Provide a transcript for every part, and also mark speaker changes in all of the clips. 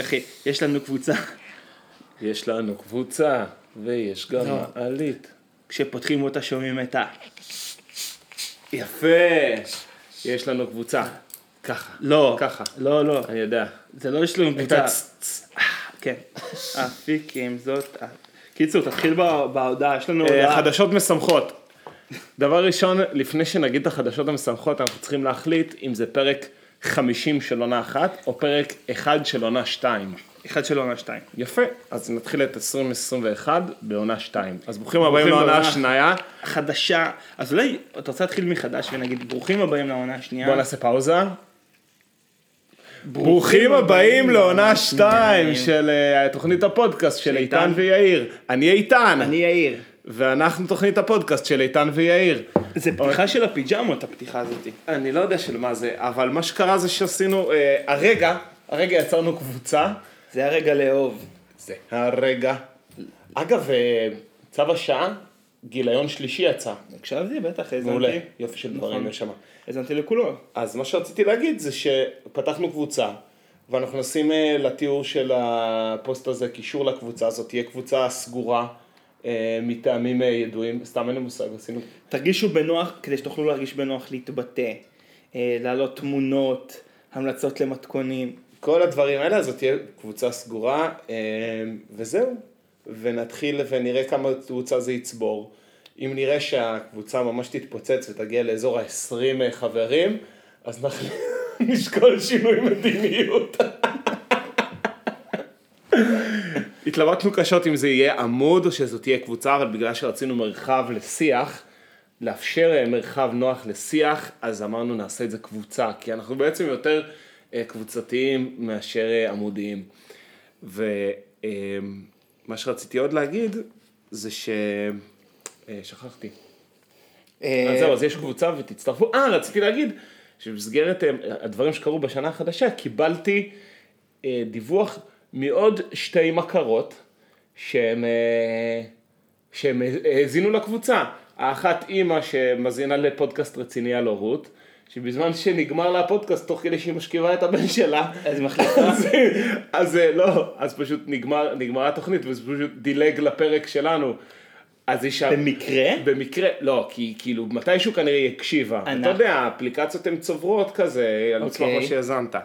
Speaker 1: אחי, יש לנו קבוצה.
Speaker 2: יש לנו קבוצה, ויש גם
Speaker 1: לא.
Speaker 2: מעלית.
Speaker 1: כשפותחים אותה שומעים את ה...
Speaker 2: יפה! יש לנו קבוצה. ככה.
Speaker 1: לא.
Speaker 2: ככה.
Speaker 1: לא, לא.
Speaker 2: אני יודע.
Speaker 1: זה לא יש לנו
Speaker 2: את
Speaker 1: קבוצה.
Speaker 2: הצ-
Speaker 1: כן. אפיק עם זאת. אה. קיצור, תתחיל בה- בהודעה. יש לנו
Speaker 2: אה,
Speaker 1: הודעה.
Speaker 2: חדשות משמחות. דבר ראשון, לפני שנגיד את החדשות המשמחות, אנחנו צריכים להחליט אם זה פרק 50 של עונה אחת, או פרק 1 של עונה 2.
Speaker 1: אחד של עונה שתיים.
Speaker 2: יפה, אז נתחיל את 2021 בעונה 2. אז ברוכים הבאים
Speaker 1: ברוכים
Speaker 2: לעונה
Speaker 1: לעונה.
Speaker 2: השנייה.
Speaker 1: חדשה. אז אולי אתה רוצה להתחיל מחדש ונגיד ברוכים הבאים לעונה השנייה.
Speaker 2: בואו נעשה פאוזה. ברוכים הבאים לעונה 2 של אה, תוכנית הפודקאסט של איתן
Speaker 1: איתן.
Speaker 2: ויאיר. אני איתן,
Speaker 1: אני יאיר.
Speaker 2: ואנחנו תוכנית הפודקאסט של איתן ויאיר.
Speaker 1: זה פתיחה של הפיג'מות, הפתיחה הזאת.
Speaker 2: אני לא יודע של מה זה, אבל מה שקרה זה שעשינו, אה, הרגע, הרגע יצרנו קבוצה.
Speaker 1: זה הרגע לאהוב.
Speaker 2: זה הרגע. אגב, אה, צו השעה, גיליון שלישי יצא.
Speaker 1: הקשבתי? בטח,
Speaker 2: מעולה,
Speaker 1: האזנתי.
Speaker 2: יופי של דברים, נשמה.
Speaker 1: האזנתי לכולו.
Speaker 2: אז מה שרציתי להגיד זה שפתחנו קבוצה, ואנחנו נשים אה, לתיאור של הפוסט הזה קישור לקבוצה הזאת, תהיה קבוצה סגורה אה, מטעמים אה, ידועים, סתם אין לי מושג, עשינו...
Speaker 1: תרגישו בנוח, כדי שתוכלו להרגיש בנוח להתבטא, אה, להעלות תמונות, המלצות למתכונים.
Speaker 2: כל הדברים האלה, אז זאת תהיה קבוצה סגורה, אה, וזהו. ונתחיל ונראה כמה תאוצה זה יצבור. אם נראה שהקבוצה ממש תתפוצץ ותגיע לאזור ה-20 חברים, אז אנחנו נשקול שינוי מדיניות. התלבטנו קשות אם זה יהיה עמוד או שזו תהיה קבוצה, אבל בגלל שרצינו מרחב לשיח, לאפשר אה, מרחב נוח לשיח, אז אמרנו נעשה את זה קבוצה, כי אנחנו בעצם יותר אה, קבוצתיים מאשר אה, עמודיים. ומה שרציתי עוד להגיד זה ש... אה, שכחתי.
Speaker 1: אה,
Speaker 2: אז זהו, אז יש קבוצה ותצטרפו. אה, רציתי להגיד שבמסגרת אה, הדברים שקרו בשנה החדשה, קיבלתי אה, דיווח מעוד שתי מכרות שהם, אה, שהם האזינו לקבוצה. האחת אימא שמאזינה לפודקאסט רציני על הורות, שבזמן שנגמר לה הפודקאסט, תוך כדי שהיא משכיבה את הבן שלה,
Speaker 1: אז מחליפה.
Speaker 2: אז- אז אה, לא, אז פשוט נגמר, נגמרה התוכנית, וזה פשוט דילג לפרק שלנו. אז היא שם...
Speaker 1: במקרה?
Speaker 2: במקרה, לא, כי כאילו מתישהו כנראה היא הקשיבה. אתה
Speaker 1: אנחנו-
Speaker 2: יודע, האפליקציות הן צוברות כזה, על סמך מה
Speaker 1: אוקיי.
Speaker 2: שהאזנת.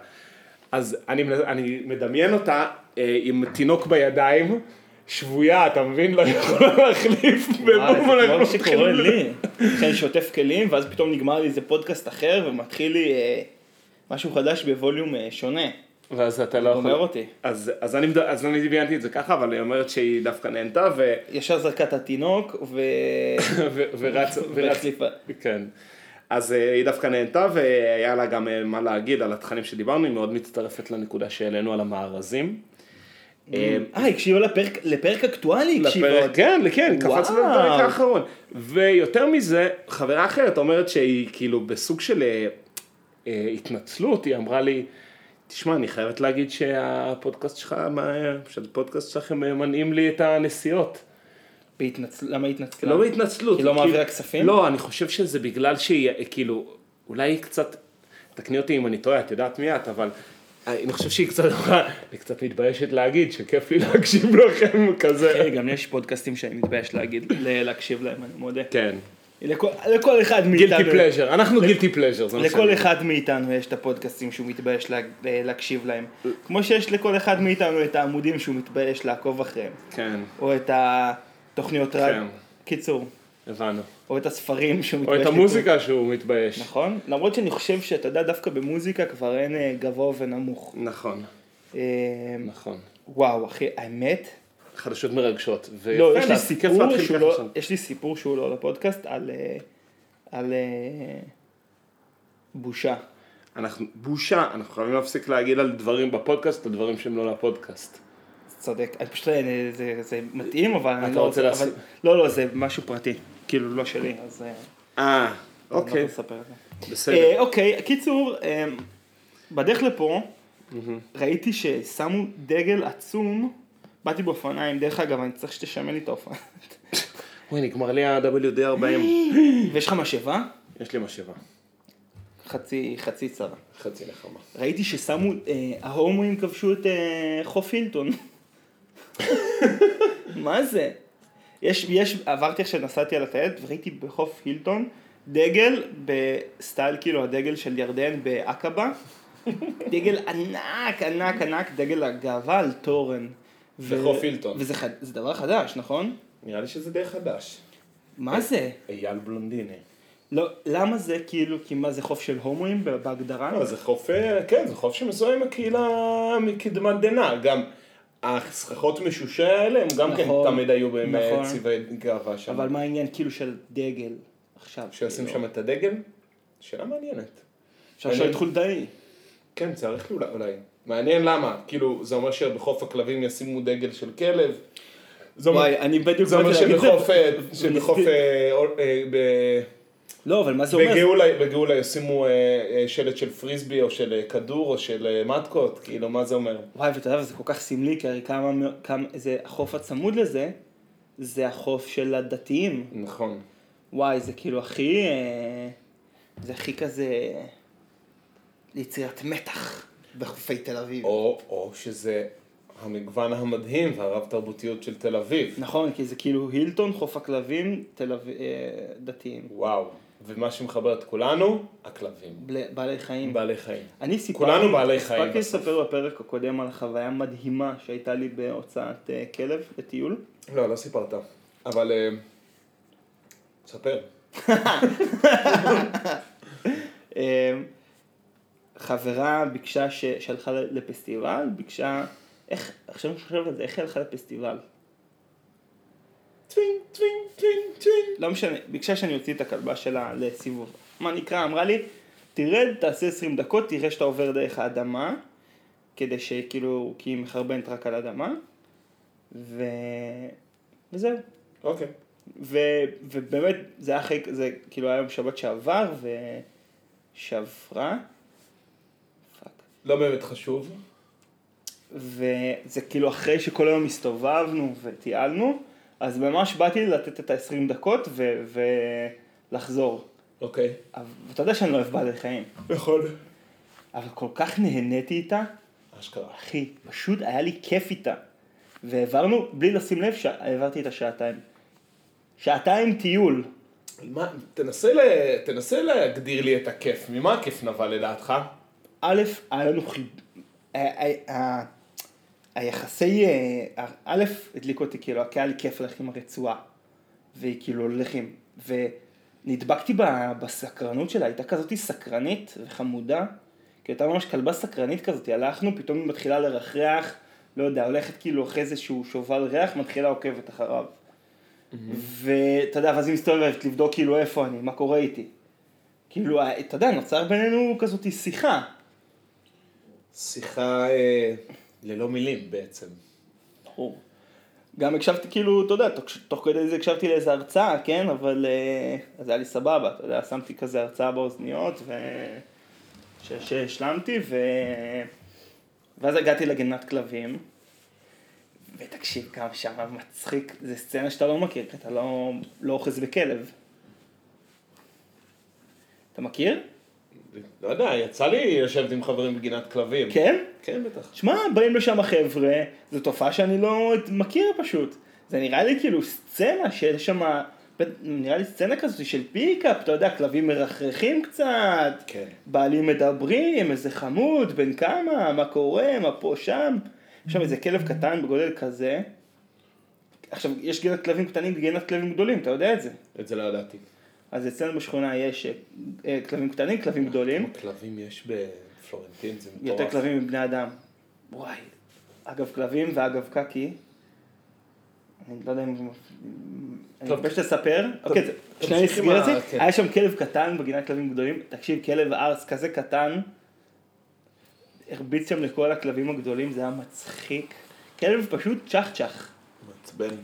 Speaker 2: אז אני, מנ- אני מדמיין אותה אה, עם תינוק בידיים, שבויה, אתה מבין? לא יכולה להחליף
Speaker 1: וואי, זה
Speaker 2: בבום,
Speaker 1: כמו
Speaker 2: אנחנו
Speaker 1: מה
Speaker 2: מתחילים
Speaker 1: שקורה לי. אני לא שוטף כלים, ואז פתאום נגמר לי איזה פודקאסט אחר, ומתחיל לי אה, משהו חדש בווליום אה, שונה.
Speaker 2: ואז אתה לא יכול...
Speaker 1: גומר אותי.
Speaker 2: אז, אז, אני, מד- אז אני דמיינתי את זה ככה, אבל היא אומרת שהיא דווקא נהנתה, ו...
Speaker 1: ישר זרקת התינוק, ו...
Speaker 2: ו- ורץ, ורץ,
Speaker 1: והחליפה.
Speaker 2: כן. אז אה, היא דווקא נהנתה והיה לה גם אה, מה להגיד על התכנים שדיברנו, היא מאוד מצטרפת לנקודה שהעלינו על המארזים. אה,
Speaker 1: אה, הקשיבה לפרק, לפרק אקטואלי, הקשיבה
Speaker 2: לפרק,
Speaker 1: עוד.
Speaker 2: כן, כן, קפצנו
Speaker 1: וואו.
Speaker 2: לפרק האחרון. ויותר מזה, חברה אחרת אומרת שהיא כאילו בסוג של אה, אה, התנצלות, היא אמרה לי, תשמע, אני חייבת להגיד שהפודקאסט שלך, מה- שהפודקאסט שלכם אה, מנעים לי את הנסיעות.
Speaker 1: בהתנצל... למה היא התנצלה?
Speaker 2: לא בהתנצלות.
Speaker 1: היא לא
Speaker 2: כאילו-
Speaker 1: מעבירה כספים?
Speaker 2: לא, אני חושב שזה בגלל שהיא, אה, כאילו, אולי היא קצת, תקני אותי אם אני טועה, את יודעת מי את, אבל אה, אני חושב שהיא קצת אמרה, אני קצת מתביישת להגיד שכיף לי להקשיב לכם כזה.
Speaker 1: אה, גם יש פודקאסטים שאני מתבייש להגיד, ל- להקשיב להם, אני מודה.
Speaker 2: כן.
Speaker 1: לכל לכל אחד מאיתנו.
Speaker 2: גילטי פלז'ר, אנחנו גילטי פלז'ר, זה מה
Speaker 1: לכל
Speaker 2: שאני-
Speaker 1: אחד מאיתנו יש את הפודקאסטים שהוא מתבייש לה- להקשיב להם. כמו שיש לכל אחד מאיתנו את העמודים שהוא מתבייש לעקוב אחריהם.
Speaker 2: כן,
Speaker 1: או את התוכניות
Speaker 2: כן.
Speaker 1: רדיו. קיצור.
Speaker 2: הבנו.
Speaker 1: או את הספרים שהוא
Speaker 2: או
Speaker 1: מתבייש.
Speaker 2: את
Speaker 1: לקרוא.
Speaker 2: המוזיקה שהוא מתבייש.
Speaker 1: נכון? למרות שאני חושב שאתה יודע, דווקא במוזיקה כבר אין אה, גבוה ונמוך.
Speaker 2: נכון,
Speaker 1: אה,
Speaker 2: נכון.
Speaker 1: וואו, אחי, האמת?
Speaker 2: חדשות מרגשות.
Speaker 1: לא,
Speaker 2: ויפה,
Speaker 1: יש לי
Speaker 2: אז כיף
Speaker 1: סיפור
Speaker 2: להתחיל
Speaker 1: שהוא
Speaker 2: ככה
Speaker 1: לא,
Speaker 2: שם.
Speaker 1: יש לי סיפור שהוא לא לפודקאסט על, אה, על אה, בושה.
Speaker 2: אנחנו, בושה, אנחנו חייבים להפסיק להגיד על דברים בפודקאסט, על דברים שהם לא לפודקאסט.
Speaker 1: צודק, אני פשוט, אה, זה, זה מתאים, אבל אני
Speaker 2: אתה
Speaker 1: לא
Speaker 2: רוצה
Speaker 1: אבל-
Speaker 2: להפסיק?
Speaker 1: לא, לא, זה משהו פרטי, כאילו לא שלי, אז אה,
Speaker 2: אה,
Speaker 1: אני לא
Speaker 2: אוקיי,
Speaker 1: אספר את זה.
Speaker 2: בסדר.
Speaker 1: אה, אוקיי, קיצור, אה, בדרך לפה, ראיתי ששמו דגל עצום, באתי באופניים, דרך אגב, אני צריך שתשמן לי את האופניים.
Speaker 2: וואי, נגמר לי ה-WD40.
Speaker 1: אה? ויש לך משאבה?
Speaker 2: יש לי משאבה.
Speaker 1: חצי, חצי צרה.
Speaker 2: חצי נחמה.
Speaker 1: ראיתי ששמו, אה, ההומואים כבשו את אה, חוף הילטון. מה זה? יש, יש, עברתי עכשיו, נסעתי על הטיילת וראיתי בחוף הילטון דגל בסטייל כאילו הדגל של ירדן בעקבה. דגל ענק, ענק, ענק, דגל הגאווה על תורן.
Speaker 2: בחוף הילטון.
Speaker 1: וזה חד, זה דבר חדש, נכון?
Speaker 2: נראה לי שזה די חדש.
Speaker 1: מה זה?
Speaker 2: אייל בלונדיני.
Speaker 1: לא, למה זה כאילו, כי מה זה חוף של הומואים בהגדרה?
Speaker 2: לא, זה חוף, אה, כן, זה חוף שמזוהה עם הקהילה מקדמת דנא, גם הסככות משושי האלה, הם גם כן
Speaker 1: נכון,
Speaker 2: תמיד היו בהם אה,
Speaker 1: נכון.
Speaker 2: צבעי גאווה שם.
Speaker 1: אבל מה העניין כאילו של דגל עכשיו?
Speaker 2: שישים
Speaker 1: כאילו?
Speaker 2: שם את הדגל? שאלה מעניינת.
Speaker 1: אפשר לשאול את חולדאי.
Speaker 2: כן, צריך אולי, אולי. מעניין למה, כאילו, זה אומר שבחוף הכלבים ישימו דגל של כלב. זה אומר-
Speaker 1: וואי, אני בדיוק
Speaker 2: זה אומר
Speaker 1: באתי להגיד את זה.
Speaker 2: שבחוף, אה, שבחוף, אה, אול- אה, ב-
Speaker 1: לא, אבל מה זה אומר?
Speaker 2: בגאולה, בגאולה ישימו אה, אה, שלט של פריסבי או של אה, כדור או של אה, מתקות, כאילו מה זה אומר?
Speaker 1: וואי, ואתה יודע, זה כל כך סמלי, כי הרי כמה, מא- כמה, זה החוף הצמוד לזה, זה החוף של הדתיים.
Speaker 2: נכון.
Speaker 1: וואי, זה כאילו הכי, אה, זה הכי כזה, ליצירת מתח בחופי תל אביב.
Speaker 2: או, או שזה המגוון המדהים והרב תרבותיות של תל אביב.
Speaker 1: נכון, כי זה כאילו הילטון, חוף הכלבים, תל אביב, אה, דתיים.
Speaker 2: וואו. ומה שמחבר את כולנו, הכלבים.
Speaker 1: בל- בעלי חיים.
Speaker 2: בעלי חיים.
Speaker 1: אני סיפרתי,
Speaker 2: כולנו בעלי חיים
Speaker 1: הספקתי
Speaker 2: בסוף.
Speaker 1: לספר בפרק הקודם על חוויה מדהימה שהייתה לי בהוצאת אה, כלב לטיול.
Speaker 2: לא, לא סיפרת. אבל... אה, ספר.
Speaker 1: אה, חברה ביקשה, ש- שהלכה לפסטיבל, ביקשה, איך, עכשיו אני חושב על זה, איך היא הלכה לפסטיבל?
Speaker 2: טווינג, טווינג, טווינג, טווינג.
Speaker 1: לא משנה, ביקשה שאני אוציא את הכלבה שלה לסיבוב. מה נקרא, אמרה לי, תרד, תעשה 20 דקות, תראה שאתה עובר דרך האדמה, כדי שכאילו, כי היא מחרבנת רק על אדמה, ו... וזהו.
Speaker 2: אוקיי.
Speaker 1: ו, ובאמת, זה היה אחרי, זה כאילו היה יום שבת שעבר, ושעברה, פאק.
Speaker 2: לא באמת חשוב.
Speaker 1: וזה כאילו אחרי שכל היום הסתובבנו וטיילנו, אז ממש באתי לתת את ה-20 דקות ו- ולחזור.
Speaker 2: אוקיי.
Speaker 1: אבל- ואתה יודע שאני לא אוהב בעלי חיים,
Speaker 2: נכון.
Speaker 1: אבל כל כך נהניתי איתה,
Speaker 2: אשכרה.
Speaker 1: אחי, פשוט היה לי כיף איתה. והעברנו, בלי לשים לב, שע- העברתי את השעתיים. שעתיים טיול.
Speaker 2: מה, תנסה, ל- תנסה להגדיר לי את הכיף. ממה הכיף נבע לדעתך?
Speaker 1: א', היה לנו חיד... ה- ה- ה- היחסי... אה, א', הדליק אותי, כאילו, כי היה לי כיף ללכת עם הרצועה. וכאילו, הולכים. ונדבקתי ב- בסקרנות שלה, הייתה כזאת סקרנית וחמודה. כי הייתה ממש כלבה סקרנית כזאת, הלכנו, פתאום היא מתחילה לרחרח, לא יודע, הולכת כאילו אחרי איזשהו שובל ריח, מתחילה עוקבת אחריו. ואתה יודע, ואז היא מסתובבת לבדוק כאילו איפה אני, מה קורה איתי. כאילו, ה- אתה יודע, נוצר בינינו כזאת שיחה.
Speaker 2: שיחה אה, ללא מילים בעצם.
Speaker 1: ברור. גם הקשבתי כאילו, אתה יודע, תוך, תוך כדי זה הקשבתי לאיזה הרצאה, כן? אבל אה, אז היה לי סבבה, אתה יודע, שמתי כזה הרצאה באוזניות, ו... ש, שהשלמתי, ו... ואז הגעתי לגינת כלבים, ותקשיב כמה שם מצחיק, זה סצנה שאתה לא מכיר, כי אתה לא, לא אוחז בכלב. אתה מכיר?
Speaker 2: לא יודע, יצא לי לשבת עם חברים בגינת כלבים.
Speaker 1: כן?
Speaker 2: כן, בטח.
Speaker 1: שמע, באים לשם החבר'ה, זו תופעה שאני לא מכיר פשוט. זה נראה לי כאילו סצנה שיש שם, נראה לי סצנה כזאת של פיקאפ, אתה יודע, כלבים מרחרחים קצת,
Speaker 2: כן.
Speaker 1: בעלים מדברים, איזה חמוד, בן כמה, מה קורה, מה פה, שם. יש שם איזה כלב קטן בגודל כזה. עכשיו, יש גינת כלבים קטנים וגינת כלבים גדולים, אתה יודע את זה.
Speaker 2: את זה לא ידעתי.
Speaker 1: אז אצלנו בשכונה יש אה, אה, כלבים קטנים, כלבים גדולים.
Speaker 2: כמה כלבים יש בפלורנטין, זה מטורף.
Speaker 1: יותר כלבים מבני אדם. וואי. אגב כלבים ואגב קקי. אני לא יודע אם... אני
Speaker 2: טוב.
Speaker 1: מתבייש לספר.
Speaker 2: טוב.
Speaker 1: אוקיי, זה-
Speaker 2: טוב,
Speaker 1: שנייה
Speaker 2: תמשיך
Speaker 1: נסגר
Speaker 2: עם
Speaker 1: את זה.
Speaker 2: ה- כן.
Speaker 1: היה שם כלב קטן בגינת כלבים גדולים. תקשיב, כלב ארס כזה קטן. הרביץ שם לכל הכלבים הגדולים, זה היה מצחיק. כלב פשוט צ'חצ'ח.
Speaker 2: מעצבן.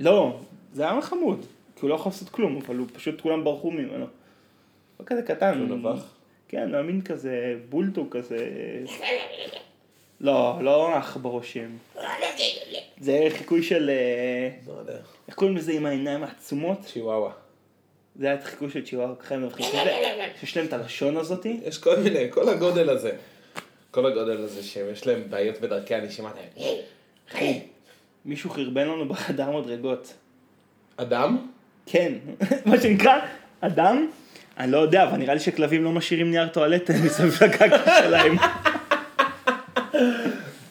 Speaker 1: לא, זה היה חמוד. כי הוא לא יכול לעשות כלום, אבל הוא פשוט כולם ברחו ממנו. הוא כזה קטן.
Speaker 2: הוא נבח?
Speaker 1: כן, הוא היה מין כזה בולטו כזה... לא, לא אח בראשים. זה חיקוי של... אה,
Speaker 2: לא יודע.
Speaker 1: איך קוראים לזה עם העיניים העצומות?
Speaker 2: צ'יוואווה.
Speaker 1: זה היה את החיקוי של צ'יוואר, ככה הם מבחינים שיש להם את הלשון הזאתי.
Speaker 2: יש כל מיני, כל הגודל הזה. כל הגודל הזה שיש להם בעיות בדרכי הנשימה.
Speaker 1: מישהו חרבן לנו בחדר מדרגות.
Speaker 2: אדם?
Speaker 1: כן, מה שנקרא, אדם, אני לא יודע, אבל נראה לי שכלבים לא משאירים נייר טואלט מסביב לקקה שלהם.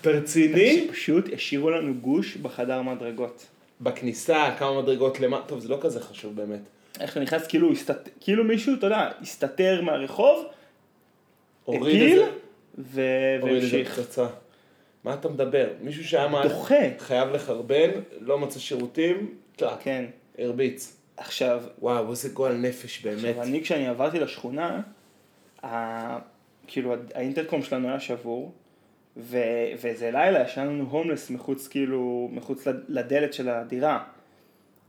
Speaker 2: אתה רציני?
Speaker 1: פשוט השאירו לנו גוש בחדר מדרגות.
Speaker 2: בכניסה, כמה מדרגות למטה, טוב, זה לא כזה חשוב באמת.
Speaker 1: איך אתה נכנס, כאילו, הסתת... כאילו מישהו, אתה יודע, הסתתר מהרחוב,
Speaker 2: הוריד
Speaker 1: הפיל,
Speaker 2: איזה-
Speaker 1: ו...
Speaker 2: הוריד איזה
Speaker 1: והמשיך.
Speaker 2: פצצה. מה אתה מדבר? מישהו שהיה מעל-
Speaker 1: דוחה.
Speaker 2: חייב לחרבן, לא מצא שירותים, טלאק,
Speaker 1: כן.
Speaker 2: הרביץ.
Speaker 1: עכשיו,
Speaker 2: וואו, איזה גועל נפש באמת.
Speaker 1: עכשיו, אני כשאני עברתי לשכונה, ה... כאילו האינטרקום שלנו היה שבור, ו... ואיזה לילה ישן לנו הומלס מחוץ כאילו, מחוץ לד- לדלת של הדירה.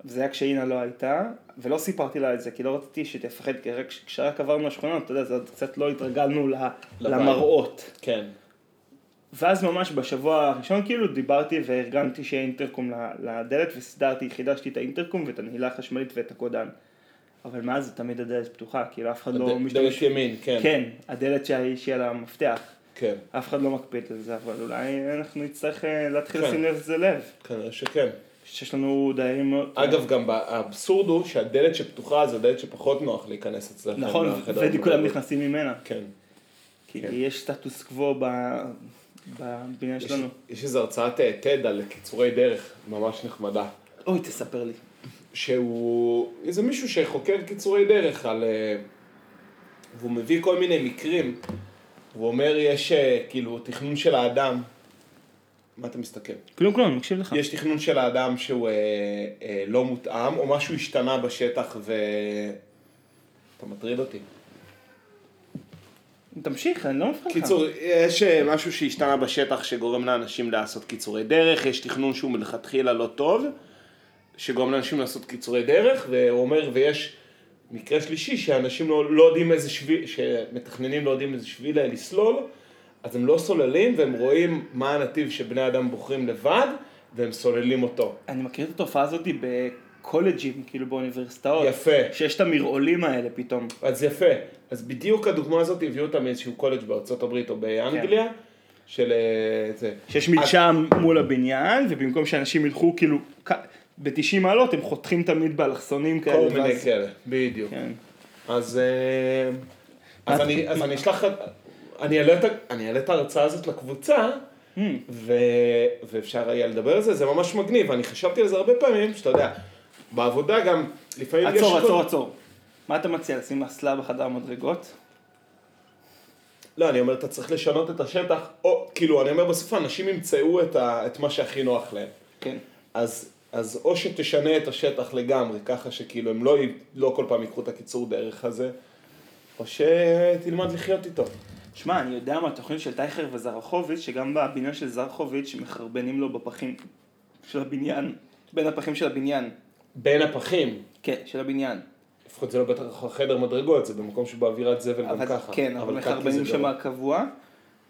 Speaker 1: זה היה כשאינה לא הייתה, ולא סיפרתי לה את זה, כי לא רציתי שתפחד, כי רק כש- כשרק עברנו לשכונה, אתה יודע, זה עוד קצת לא התרגלנו ל... למראות.
Speaker 2: כן.
Speaker 1: ואז ממש בשבוע הראשון כאילו דיברתי וארגנתי שיהיה אינטרקום ל- לדלת וסידרתי, חידשתי את האינטרקום ואת הנעילה החשמלית ואת הקודן. אבל מאז תמיד הדלת פתוחה, כאילו אף אחד לא
Speaker 2: הד- דלת
Speaker 1: משתמש...
Speaker 2: ימין, כן.
Speaker 1: כן, הדלת שהיא שהיא על המפתח.
Speaker 2: כן.
Speaker 1: אף אחד לא מקפיד על זה, אבל אולי אנחנו נצטרך אה, להתחיל
Speaker 2: כן.
Speaker 1: לשים לב לזה לב.
Speaker 2: כנראה שכן.
Speaker 1: שיש לנו דיירים מאוד...
Speaker 2: אגב, גם ב- האבסורד הוא שהדלת שפתוחה זו דלת שפחות נוח להיכנס אצלכם.
Speaker 1: נכון,
Speaker 2: לחדר
Speaker 1: ודי כולם
Speaker 2: המדרגות.
Speaker 1: נכנסים ממנה.
Speaker 2: כן.
Speaker 1: כי
Speaker 2: כן.
Speaker 1: יש סטטוס קוו ב- בבניין
Speaker 2: יש-
Speaker 1: שלנו.
Speaker 2: יש איזו הרצאת אה, TED על קיצורי דרך, ממש נחמדה.
Speaker 1: אוי, תספר לי.
Speaker 2: שהוא איזה מישהו שחוקר קיצורי דרך על... אה, והוא מביא כל מיני מקרים. הוא אומר, יש אה, כאילו תכנון של האדם. מה אתה מסתכל?
Speaker 1: כלום כלום, אני מקשיב לך.
Speaker 2: יש תכנון של האדם שהוא אה, אה, לא מותאם, או משהו השתנה בשטח ו... אתה מטריד אותי.
Speaker 1: תמשיך, אני לא מפחד לך.
Speaker 2: קיצור, יש אה, משהו שהשתנה בשטח שגורם לאנשים לעשות קיצורי דרך, יש תכנון שהוא מלכתחילה לא טוב, שגורם לאנשים לעשות קיצורי דרך, והוא אומר, ויש מקרה שלישי, שאנשים לא, לא יודעים איזה שביל, שמתכננים לא יודעים איזה שביל לסלול, אז הם לא סוללים, והם רואים מה הנתיב שבני אדם בוחרים לבד, והם סוללים אותו.
Speaker 1: אני מכיר את התופעה הזאת בקולג'ים, כאילו באוניברסיטאות.
Speaker 2: יפה.
Speaker 1: שיש את המרעולים האלה פתאום.
Speaker 2: אז יפה. אז בדיוק הדוגמה הזאת הביאו אותה מאיזשהו קולג' בארצות הברית או באנגליה, של אה, זה.
Speaker 1: כן. שיש מלשם מול הבניין, ובמקום שאנשים ילכו כאילו ב-90 מעלות, הם חותכים תמיד באלכסונים כאלה.
Speaker 2: כל מיני
Speaker 1: ואז-
Speaker 2: כאלה, בדיוק.
Speaker 1: כן.
Speaker 2: אז אה, אז אני אז אני אשלח, אני אעלה את ה- אני אעלה את ההרצאה הזאת לקבוצה,
Speaker 1: Hmm.
Speaker 2: ו- ואפשר היה לדבר על זה, זה ממש מגניב, אני חשבתי על זה הרבה פעמים, שאתה יודע, בעבודה גם, לפעמים יש...
Speaker 1: עצור,
Speaker 2: כל-
Speaker 1: עצור, עצור. מה אתה מציע, לשים אסלה בחדר המדרגות?
Speaker 2: לא, אני אומר, אתה צריך לשנות את השטח, או כאילו, אני אומר בסוף, האנשים ימצאו את ה- את מה שהכי נוח להם.
Speaker 1: כן.
Speaker 2: אז, אז או שתשנה את השטח לגמרי, ככה שכאילו הם לא, י- לא כל פעם ייקחו את הקיצור דרך הזה, או שתלמד לחיות איתו.
Speaker 1: שמע, אני יודע מהתוכנית של טייכר וזרחוביץ', שגם בבניין של זרחוביץ' מחרבנים לו בפחים של הבניין, בין הפחים של הבניין.
Speaker 2: בין הפחים,
Speaker 1: כן, של הבניין.
Speaker 2: לפחות זה לא בטח חדר מדרגות, זה במקום שבאווירת זבל גם
Speaker 1: אבל
Speaker 2: ככה.
Speaker 1: כן, אבל
Speaker 2: ככה
Speaker 1: מחרבנים
Speaker 2: זה גרוע.
Speaker 1: שם קבוע,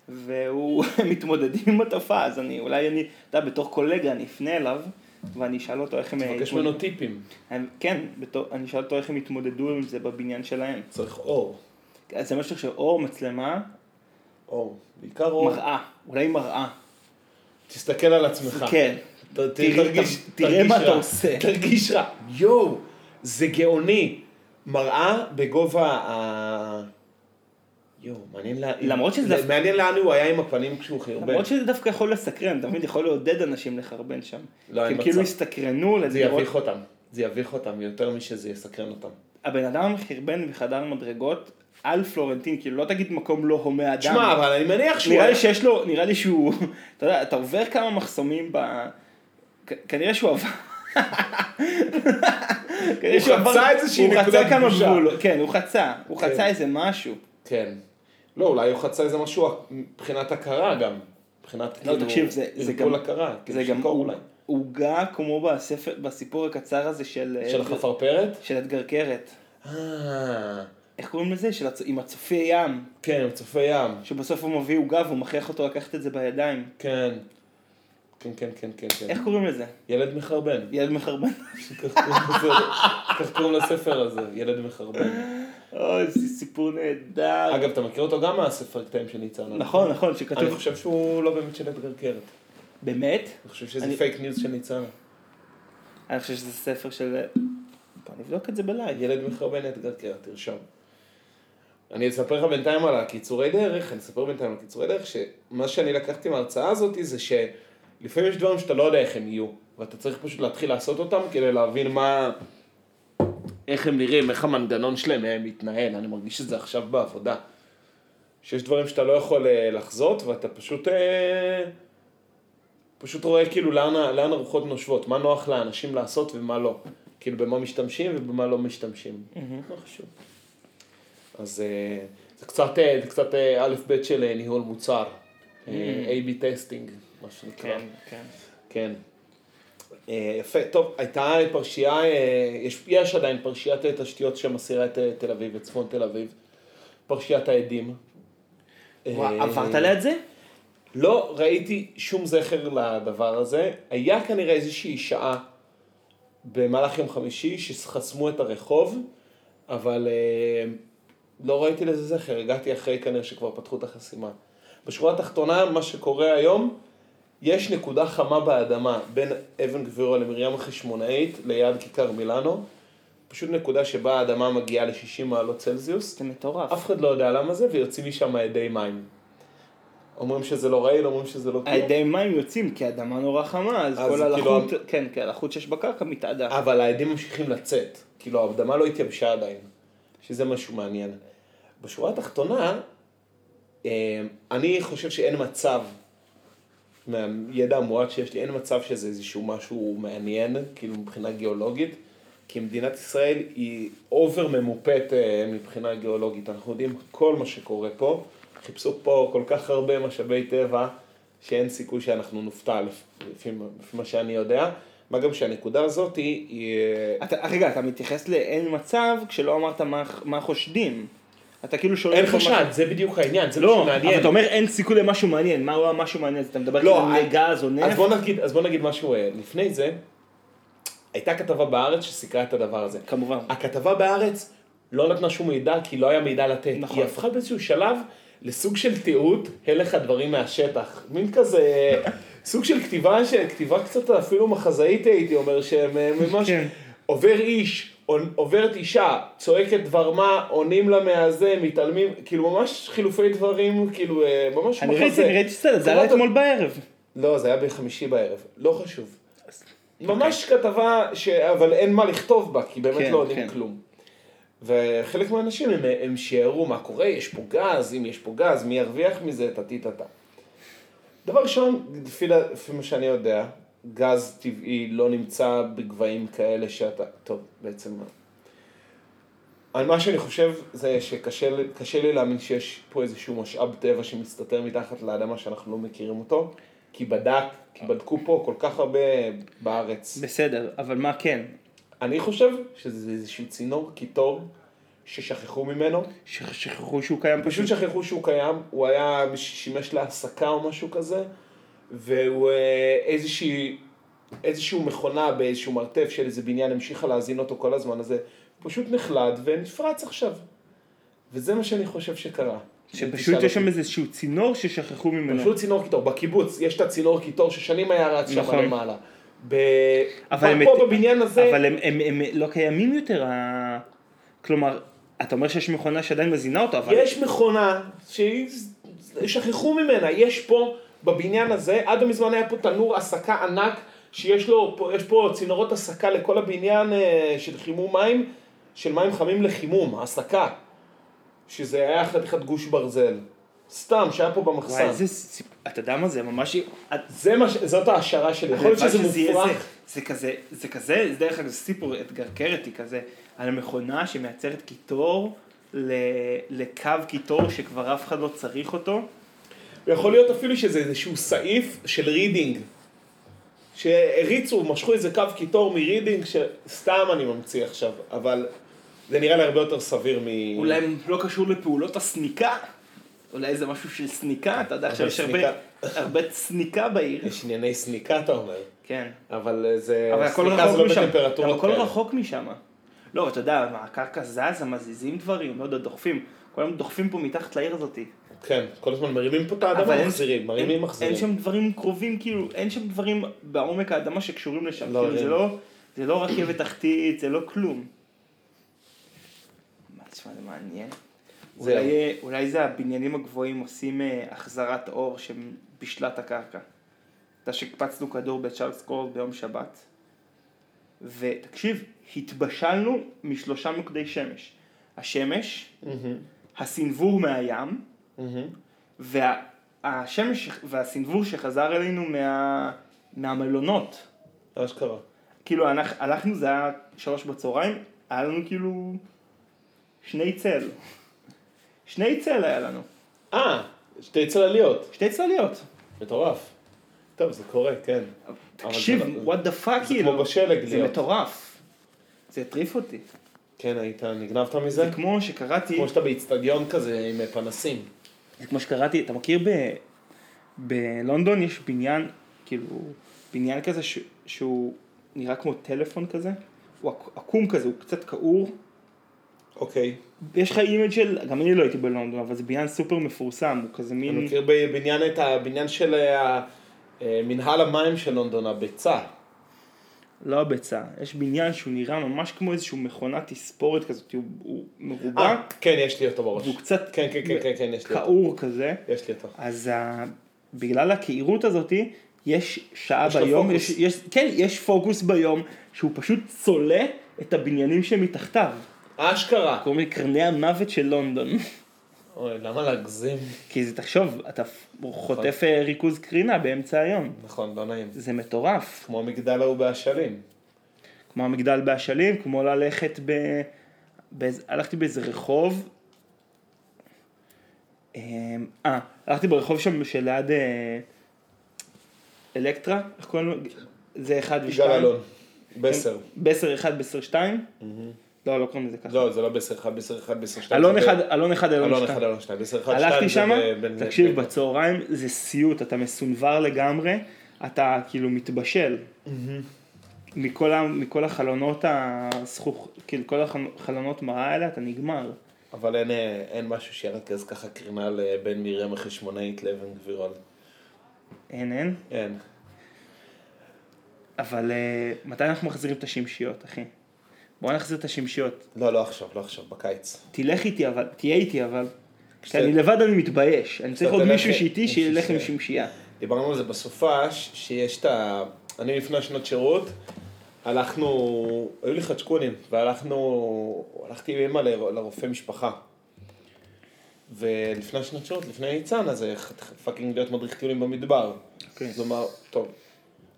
Speaker 1: והוא מתמודדים עם התופעה, אז אני, אולי אני, אתה יודע, בתור קולגה אני אפנה אליו, ואני אשאל אותו איך הם...
Speaker 2: תבקש
Speaker 1: התמודד-
Speaker 2: ממנו טיפים,
Speaker 1: אני- כן, בתור, אני אשאל אותו איך הם התמודדו עם זה בבניין שלהם.
Speaker 2: צריך אור,
Speaker 1: אז זה משהו שאו מצלמה,
Speaker 2: אור, בעיקר אור.
Speaker 1: מראה, אולי מראה.
Speaker 2: תסתכל על עצמך.
Speaker 1: כן.
Speaker 2: ת- ת-
Speaker 1: תראה-
Speaker 2: תרגיש-
Speaker 1: ת- תראה
Speaker 2: תרגיש
Speaker 1: מה אתה
Speaker 2: רע. כן.
Speaker 1: עושה.
Speaker 2: תרגיש רע. יואו, זה גאוני. מראה בגובה ה... יואו, מעניין לה...
Speaker 1: למרות שזה דווקא-
Speaker 2: מעניין לאן הוא היה עם הפנים כשהוא חרבן.
Speaker 1: למרות שזה דווקא יכול לסקרן, תמיד יכול לעודד אנשים לחרבן שם.
Speaker 2: לא,
Speaker 1: כי
Speaker 2: אין
Speaker 1: הם כאילו
Speaker 2: מצב.
Speaker 1: הסתקרנו
Speaker 2: זה
Speaker 1: לדירות.
Speaker 2: יביך אותם. זה יביך אותם יותר משזה יסקרן אותם.
Speaker 1: הבן אדם חרבן בחדר מדרגות על פלורנטין, כאילו לא תגיד מקום לא הומה אדם.
Speaker 2: תשמע, אבל אני מניח שהוא...
Speaker 1: נראה לי
Speaker 2: היה-
Speaker 1: שיש לו, נראה לי שהוא, אתה יודע, אתה עובר כמה מחסומים ב... כ- כנראה שהוא עבר... כנראה שהוא
Speaker 2: חצה
Speaker 1: עבר-
Speaker 2: איזושהי
Speaker 1: הוא
Speaker 2: נקודת
Speaker 1: חצה כמה
Speaker 2: גבול.
Speaker 1: גבולות, כן, הוא חצה, הוא
Speaker 2: כן.
Speaker 1: חצה איזה משהו.
Speaker 2: כן. לא, אולי הוא חצה איזה משהו מבחינת הכרה גם. מבחינת
Speaker 1: לא,
Speaker 2: כאילו...
Speaker 1: תקשיב, זה זה גם...
Speaker 2: ערבול הכרה. כאילו
Speaker 1: זה גם אה,
Speaker 2: שיכור אולי.
Speaker 1: עוגה כמו בספר, בסיפור הקצר הזה של... אה,
Speaker 2: של החפרפרת?
Speaker 1: של אתגר קרת.
Speaker 2: אה...
Speaker 1: איך קוראים לזה? של הצ... עם הצופי ים,
Speaker 2: כן, צופי ים.
Speaker 1: שבסוף הוא מביא עוגה והוא מכריח אותו לקחת את זה בידיים.
Speaker 2: כן. כן, כן, כן, כן, כן.
Speaker 1: איך קוראים לזה?
Speaker 2: ילד מחרבן.
Speaker 1: ילד מחרבן.
Speaker 2: כך קוראים לזה- כך קוראים לספר הזה, ילד מחרבן.
Speaker 1: אוי, זה סיפור נהדר.
Speaker 2: אגב, אתה מכיר אותו גם מהספר קטעים של ניצן. אלון.
Speaker 1: נכון, נכון,
Speaker 2: אני
Speaker 1: שכתוב...
Speaker 2: חושב שהוא לא באמת של אדגר קרת.
Speaker 1: באמת?
Speaker 2: אני חושב שזה
Speaker 1: אני-
Speaker 2: פייק ניוז של ניצן.
Speaker 1: אני חושב שזה ספר של... בוא נבדוק את זה בלייב.
Speaker 2: ילד מחרבן אדגר קרת, תרשום. אני אספר לך בינתיים על הקיצורי דרך, אני אספר בינתיים על הקיצורי דרך, שמה שאני לקחתי מההרצאה הזאת זה שלפעמים יש דברים שאתה לא יודע איך הם יהיו, ואתה צריך פשוט להתחיל לעשות אותם כדי להבין מה... איך הם נראים, איך המנגנון שלהם אה, מתנהל, אני מרגיש את זה עכשיו בעבודה. שיש דברים שאתה לא יכול אה, לחזות, ואתה פשוט... אה, פשוט רואה כאילו לאן, ה- לאן הרוחות נושבות, מה נוח לאנשים לעשות ומה לא. כאילו במה משתמשים ובמה לא משתמשים. לא חשוב. אז אה, זה קצת, אה, זה קצת אה, א' ב' של אה, ניהול מוצר. אה, A-B טסטינג, מה שנקרא.
Speaker 1: כן, כן.
Speaker 2: כן. אה, יפה, טוב, הייתה פרשייה, אה, יש, יש עדיין פרשיית אה, תשתיות שמסירה את אה, תל אביב, את צפון תל אביב. פרשיית העדים.
Speaker 1: וואי,
Speaker 2: אה,
Speaker 1: עברת ליד זה?
Speaker 2: לא ראיתי שום זכר לדבר הזה. היה כנראה איזושהי שעה במהלך יום חמישי שחסמו את הרחוב, אבל אה, לא ראיתי לזה זכר, הגעתי אחרי כנראה שכבר פתחו את החסימה. בשורה התחתונה, מה שקורה היום, יש נקודה חמה באדמה בין אבן גבירול למרים החשמונאית ליד כיכר מילאנו. פשוט נקודה שבה האדמה מגיעה ל-60 מעלות צלזיוס.
Speaker 1: זה מטורף.
Speaker 2: אף אחד לא יודע למה זה, ויוצאים משם אדי מים. אומרים שזה לא רעיל, אומרים שזה לא כלום.
Speaker 1: הידי מים יוצאים כי האדמה נורא חמה, אז
Speaker 2: אז
Speaker 1: כל
Speaker 2: כאילו- אה,
Speaker 1: הלחות, כן, כן, הלחות שיש בקרקע מתאדה.
Speaker 2: אבל האדים ממשיכים לצאת. כאילו, האדמה לא התייבשה עדיין. שזה משהו מעניין. בשורה התחתונה, אה, אני חושב שאין מצב, מהידע המועט שיש לי, אין מצב שזה איזשהו משהו מעניין, כאילו מבחינה גיאולוגית, כי מדינת ישראל היא אובר ממופת אה, מבחינה גיאולוגית. אנחנו יודעים כל מה שקורה פה, חיפשו פה כל כך הרבה משאבי טבע, שאין סיכוי שאנחנו נופתע לפ- לפי, מה- לפי מה שאני יודע. מה גם שהנקודה הזאת היא... היא אה,
Speaker 1: אתה, רגע, אתה מתייחס לאין מצב כשלא אמרת מה, מה חושדים. אתה כאילו שואל...
Speaker 2: אין
Speaker 1: פה
Speaker 2: חשד,
Speaker 1: משהו-
Speaker 2: זה בדיוק העניין, זה
Speaker 1: לא,
Speaker 2: לא
Speaker 1: אבל
Speaker 2: מעניין.
Speaker 1: אתה אומר אין סיכוי למשהו מעניין, מה הוא משהו מעניין? אז אתה מדבר
Speaker 2: לא,
Speaker 1: כאילו על
Speaker 2: אה,
Speaker 1: גז או
Speaker 2: אז
Speaker 1: נפט?
Speaker 2: בוא נגיד, אז בוא נגיד משהו אה, לפני זה. הייתה כתבה בארץ שסיקרה את הדבר הזה.
Speaker 1: כמובן.
Speaker 2: הכתבה בארץ לא נתנה שום מידע כי לא היה מידע לתת.
Speaker 1: נכון.
Speaker 2: היא הפכה באיזשהו שלב לסוג של תיעוד הלך הדברים מהשטח. מין כזה, סוג של כתיבה, ש... כתיבה קצת אפילו מחזאית הייתי אומר, שממש
Speaker 1: כן.
Speaker 2: עובר איש, עונ- עוברת אישה, צועקת דבר מה, עונים לה מהזה, מתעלמים, כאילו ממש חילופי דברים, כאילו אה, ממש
Speaker 1: אני ראיתי, אני ראיתי סטלה, זה
Speaker 2: קראת-
Speaker 1: היה אתמול בערב.
Speaker 2: לא, זה היה בחמישי בערב, לא חשוב. ממש כתבה, ש... אבל אין מה לכתוב בה, כי באמת
Speaker 1: אוקיי. כן,
Speaker 2: לא יודעים
Speaker 1: כן.
Speaker 2: כלום. וחלק מהאנשים הם, הם שיערו מה קורה, יש פה גז, אם יש פה גז, מי ירוויח מזה, טטי טטה. דבר ראשון, לפי, לפי מה שאני יודע, גז טבעי לא נמצא בגבהים כאלה שאתה, טוב, בעצם לא. על מה שאני חושב זה שקשה לי- קשה לי להאמין שיש פה איזשהו משאב טבע שמסתתר מתחת לאדמה שאנחנו לא מכירים אותו, כי בדק, כי בדקו פה כל כך הרבה בארץ.
Speaker 1: בסדר, אבל מה כן?
Speaker 2: אני חושב שזה איזשהו צינור קיטור ששכחו ממנו,
Speaker 1: ששכחו שהוא קיים
Speaker 2: פשוט
Speaker 1: פשוט.
Speaker 2: שכחו שהוא קיים, הוא היה, שימש להעסקה או משהו כזה, והוא אה, איזושהי, איזשהו מכונה באיזשהו מרתף של איזה בניין המשיכה להזין אותו כל הזמן הזה, פשוט נחלד ונפרץ עכשיו. וזה מה שאני חושב שקרה.
Speaker 1: שפשוט
Speaker 2: תשאל
Speaker 1: יש שם
Speaker 2: אותי.
Speaker 1: איזשהו צינור ששכחו ממנו.
Speaker 2: פשוט צינור קיטור, בקיבוץ יש את הצינור קיטור ששנים היה רץ שם
Speaker 1: נכון.
Speaker 2: למעלה. ב...
Speaker 1: אבל הם-
Speaker 2: פה בבניין הזה,
Speaker 1: אבל הם, הם, הם לא קיימים יותר, ה... כלומר, אתה אומר שיש מכונה שעדיין מזינה אותו, אבל...
Speaker 2: יש מכונה ששכחו ממנה, יש פה בבניין הזה, עד מזמן היה פה תנור הסקה ענק, שיש לו, פה- יש פה צינורות הסקה לכל הבניין אה, של חימום מים, של מים חמים לחימום, הסקה, שזה היה חתיכת גוש ברזל, סתם, שהיה פה
Speaker 1: וואי,
Speaker 2: במחסן.
Speaker 1: איזה... סיפ- אתה יודע מה זה? ממש...
Speaker 2: זה מה, ש- זאת ההשערה שלי, יכול להיות שזה
Speaker 1: הלוואי שזה יהיה
Speaker 2: מופרך.
Speaker 1: זה. זה כזה, זה כזה, זה דרך אגב זה סיפור אתגר קרתי כזה, על מכונה שמייצרת קיטור ל... לקו קיטור שכבר אף אחד לא צריך אותו.
Speaker 2: יכול להיות אפילו שזה איזשהו סעיף של רידינג. שהריצו, משכו איזה קו קיטור מרידינג, שסתם אני ממציא עכשיו, אבל זה נראה לי הרבה יותר סביר מ...
Speaker 1: אולי הם לא קשור לפעולות הסניקה? אולי זה משהו של סניקה? אתה יודע, עכשיו יש הרבה...
Speaker 2: סניקה-
Speaker 1: הרבה צניקה בעיר.
Speaker 2: יש ענייני סניקה אתה אומר,
Speaker 1: כן.
Speaker 2: אבל אה, זה,
Speaker 1: אבל הכל
Speaker 2: סניקה
Speaker 1: רחוק משם. אבל
Speaker 2: בטמפרטורות
Speaker 1: הכל
Speaker 2: כאלה.
Speaker 1: רחוק משם. לא, ואתה יודע, מה, הקרקע זזה, מזיזים דברים, לא יודע, דוחפים. כולם דוחפים פה מתחת לעיר הזאת.
Speaker 2: כן, כל הזמן מרימים פה את האדמה, מחזירים, מרימים,
Speaker 1: אין-
Speaker 2: מחזירים.
Speaker 1: אין שם דברים קרובים, כאילו, אין שם דברים בעומק האדמה שקשורים לשם.
Speaker 2: לא,
Speaker 1: כאילו,
Speaker 2: אין.
Speaker 1: זה לא, זה לא רכבת תחתית, זה לא כלום. מה, תשמע, זה מעניין.
Speaker 2: זהו.
Speaker 1: אולי, אה, אולי זה הבניינים הגבוהים עושים אה, החזרת אור שבישלה את הקרקע. אתה שהקפצנו כדור בצ'ארלס קורס ביום שבת, ותקשיב, התבשלנו משלושה מוקדי שמש. השמש, הסנוור מהים, והשמש והסנוור שחזר אלינו מה, מהמלונות.
Speaker 2: אשכרה.
Speaker 1: כאילו, אנחנו, הלכנו, זה היה שלוש בצהריים, היה לנו כאילו שני צל. שני צל היה לנו.
Speaker 2: אה, שתי צלליות,
Speaker 1: שתי צלליות.
Speaker 2: מטורף. טוב, זה קורה, כן.
Speaker 1: תקשיב,
Speaker 2: אבל זה לא-
Speaker 1: what the fuck,
Speaker 2: זה
Speaker 1: כאילו.
Speaker 2: כמו בשלג
Speaker 1: זה
Speaker 2: להיות.
Speaker 1: מטורף. זה הטריף אותי.
Speaker 2: כן, היית, נגנבת מזה?
Speaker 1: זה כמו שקראתי,
Speaker 2: כמו שאתה באיצטדיון כזה עם אה, פנסים.
Speaker 1: זה כמו שקראתי, אתה מכיר ב... בלונדון יש בניין, כאילו, בניין כזה ש... שהוא נראה כמו טלפון כזה, הוא עק- עקום כזה, הוא קצת כעור,
Speaker 2: אוקיי.
Speaker 1: יש לך אימג' של, גם אני לא הייתי בלונדון, אבל זה בניין סופר מפורסם, הוא כזה
Speaker 2: אני
Speaker 1: מין...
Speaker 2: מכיר בבניין את הבניין של אה, אה, מנהל המים של לונדון, הביצה.
Speaker 1: לא הביצה, יש בניין שהוא נראה ממש כמו איזשהו מכונת תספורת כזאת, הוא, הוא מרובע,
Speaker 2: אה, כן, יש לי אותו בראש.
Speaker 1: והוא קצת
Speaker 2: כן, כן, כן, כן, כן, יש לי אותו.
Speaker 1: כעור כזה,
Speaker 2: יש לי אותו.
Speaker 1: אז ה... בגלל הכעירות הזאתי, יש שעה
Speaker 2: יש לו
Speaker 1: ביום,
Speaker 2: פוקוס.
Speaker 1: יש, יש, כן, יש פוקוס ביום, שהוא פשוט צולע את הבניינים שמתחתיו,
Speaker 2: אשכרה.
Speaker 1: קוראים לי קרני המוות של לונדון,
Speaker 2: אוי, למה להגזים?
Speaker 1: כי זה תחשוב, אתה חוטף אה, ריכוז קרינה באמצע היום,
Speaker 2: נכון, לא נעים.
Speaker 1: זה מטורף.
Speaker 2: כמו המגדל ההוא באשלים.
Speaker 1: כמו המגדל באשלים, כמו ללכת ב... באיזה... הלכתי באיזה רחוב. אמ, אה, הלכתי ברחוב שם שליד אה, אלקטרה, איך קוראים לו? זה אחד ושתיים. כן.
Speaker 2: יגאל אלון. בסר.
Speaker 1: בסר אחד, בסר שתיים? לא, לא קוראים לזה ככה.
Speaker 2: לא, זה לא בסר אחד, בסר אחד, בסר שתיים.
Speaker 1: אלון
Speaker 2: זה
Speaker 1: אחד,
Speaker 2: ב-
Speaker 1: אלון אחד, אלון
Speaker 2: אלון אחד,
Speaker 1: שתיים.
Speaker 2: אלון שתיים. בסר אחד, שתיים.
Speaker 1: הלכתי
Speaker 2: זה
Speaker 1: שם,
Speaker 2: בין-
Speaker 1: תקשיב,
Speaker 2: בין-
Speaker 1: בצהריים זה סיוט, אתה מסונבר לגמרי, אתה כאילו מתבשל. מכל, ה, מכל החלונות הזכוך, כאילו כל החלונות מראה האלה אתה נגמר.
Speaker 2: אבל אין, אה, אין משהו שירכז ככה קרינה לבן מרים החשמונאית לאבן גבירול.
Speaker 1: אין אין,
Speaker 2: אין.
Speaker 1: אבל אה, מתי אנחנו מחזירים את השמשיות, אחי? בוא נחזיר את השמשיות.
Speaker 2: לא, לא עכשיו, לא עכשיו, בקיץ.
Speaker 1: תלך איתי אבל, תהיה איתי אבל.
Speaker 2: כשאתה-
Speaker 1: כשאני לבד אני מתבייש, אני צריך עוד
Speaker 2: תלך-
Speaker 1: מישהו שאיתי
Speaker 2: מישהו
Speaker 1: שילך עם
Speaker 2: ש-
Speaker 1: שמשייה.
Speaker 2: דיברנו על זה בסופש, שיש את ה... אני לפני שנות שירות, הלכנו, היו לי חדשקונים, והלכנו, הלכתי עם אמא לר- לרופא משפחה. ולפני שנות שירות, לפני ניצן, אז ח- פאקינג להיות מדריך טיולים במדבר.
Speaker 1: אוקיי.
Speaker 2: אז הוא אמר, טוב,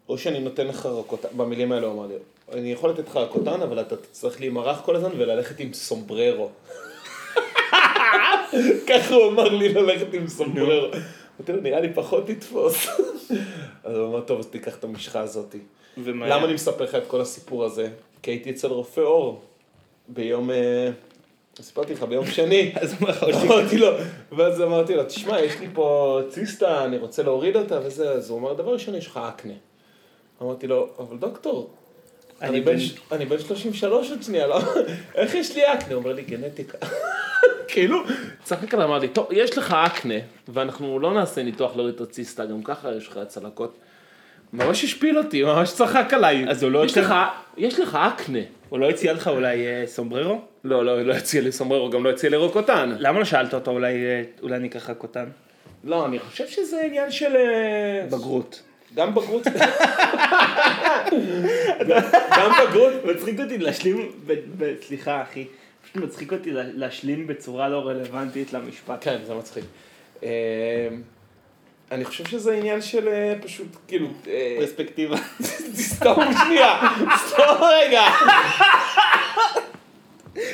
Speaker 2: או שאני נותן לך רקוטן, במילים האלה הוא אמר לי, אני יכול לתת לך רקוטן, אבל אתה תצטרך להימרח כל הזמן וללכת עם סומבררו. ככה הוא אמר לי ללכת עם סומבררו. אמרתי לו, נראה לי פחות יתפוס. אז הוא אמר, טוב, אז תיקח את המשחה הזאתי.
Speaker 1: ומה
Speaker 2: למה
Speaker 1: היה?
Speaker 2: אני מספר לך את כל הסיפור הזה? כי הייתי אצל רופא עור ביום, אה, סיפרתי לך, ביום שני.
Speaker 1: אז מה,
Speaker 2: אמרתי לו, ואז אמרתי לו, תשמע, יש לי פה ציסטה, אני רוצה להוריד אותה וזה, אז הוא אמר, דבר ראשון, יש לך אקנה. אמרתי לו, אבל דוקטור,
Speaker 1: אני
Speaker 2: אני בן
Speaker 1: בן-
Speaker 2: ש- אני בן 33 עוד שנייה, לא? איך יש לי אקנה? הוא אומר לי, גנטיקה. כאילו, צחק עליו, אמר לי, טוב, יש לך אקנה, ואנחנו לא נעשה ניתוח להוריד את הציסטה, גם ככה יש לך צלקות. ממש השפיל אותי, ממש צחק עליי.
Speaker 1: אז הוא לא
Speaker 2: "יש
Speaker 1: יותר-
Speaker 2: לך- יש לך אקנה.
Speaker 1: הוא לא הציע לך אולי אה, סומבררו?
Speaker 2: לא, לא, לא הציע לי סומבררו, גם לא הציע לי רוקוטן.
Speaker 1: למה לא שאלת אותו אולי, אה, אולי אני אקח רק אותן?
Speaker 2: לא, אני חושב שזה עניין של... אה,
Speaker 1: בגרות.
Speaker 2: גם בגרות. גם בגרות.
Speaker 1: מצחיק אותי להשלים, ב- ב- סליחה אחי, פשוט מצחיק אותי לה- להשלים בצורה לא רלוונטית למשפט.
Speaker 2: כן, זה מצחיק. אה, אני חושב שזה עניין של אה, פשוט, כאילו... אה,
Speaker 1: פרספקטיבה.
Speaker 2: תסתום שנייה, תסתום רגע.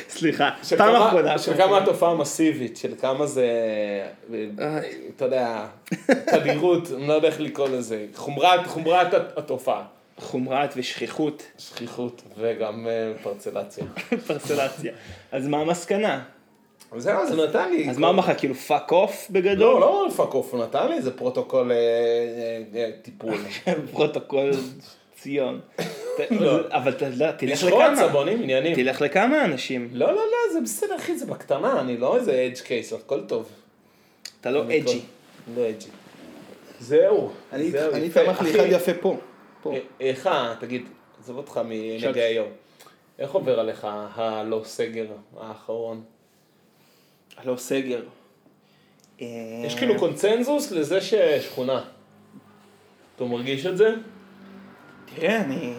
Speaker 1: סליחה,
Speaker 2: של
Speaker 1: פעם
Speaker 2: כמה-
Speaker 1: אחרונה.
Speaker 2: של כמה התופעה המסיבית, של כמה זה,
Speaker 1: איי.
Speaker 2: אתה יודע, תדירות, אני לא יודע איך לקרוא לזה, חומרת, חומרת הת- התופעה.
Speaker 1: חומרת ושכיחות,
Speaker 2: שכיחות וגם אה, פרצלציה.
Speaker 1: פרסלציה. אז מה המסקנה?
Speaker 2: זהו, זה נתן לי.
Speaker 1: אז מה הוא אמר לך, כאילו פאק אוף בגדול?
Speaker 2: לא, לא פאק אוף, הוא נתן לי איזה פרוטוקול אה, אה, אה, טיפול.
Speaker 1: לא. פרוטוקול ציון. ת-
Speaker 2: לא.
Speaker 1: אבל אתה יודע, תלך
Speaker 2: לשחוט
Speaker 1: לכמה,
Speaker 2: סבונים עניינים.
Speaker 1: תלך לכמה אנשים.
Speaker 2: לא, לא, לא, זה בסדר, אחי, זה בקטנה, אני לא איזה אדג' קייס, הכל טוב.
Speaker 1: אתה לא
Speaker 2: אני
Speaker 1: אג'י.
Speaker 2: כל- לא אדג'י. זהו. זהו,
Speaker 1: אני
Speaker 2: יפה.
Speaker 1: תמך לי
Speaker 2: אחי,
Speaker 1: אחד יפה פה. פה.
Speaker 2: אה, איך, ה- תגיד, עזוב אותך מנגע היום. איך עובר עליך הלא סגר האחרון?
Speaker 1: לא סגר. אה,
Speaker 2: יש כאילו קונצנזוס לזה ששכונה. אתה מרגיש את זה?
Speaker 1: תראה, אני...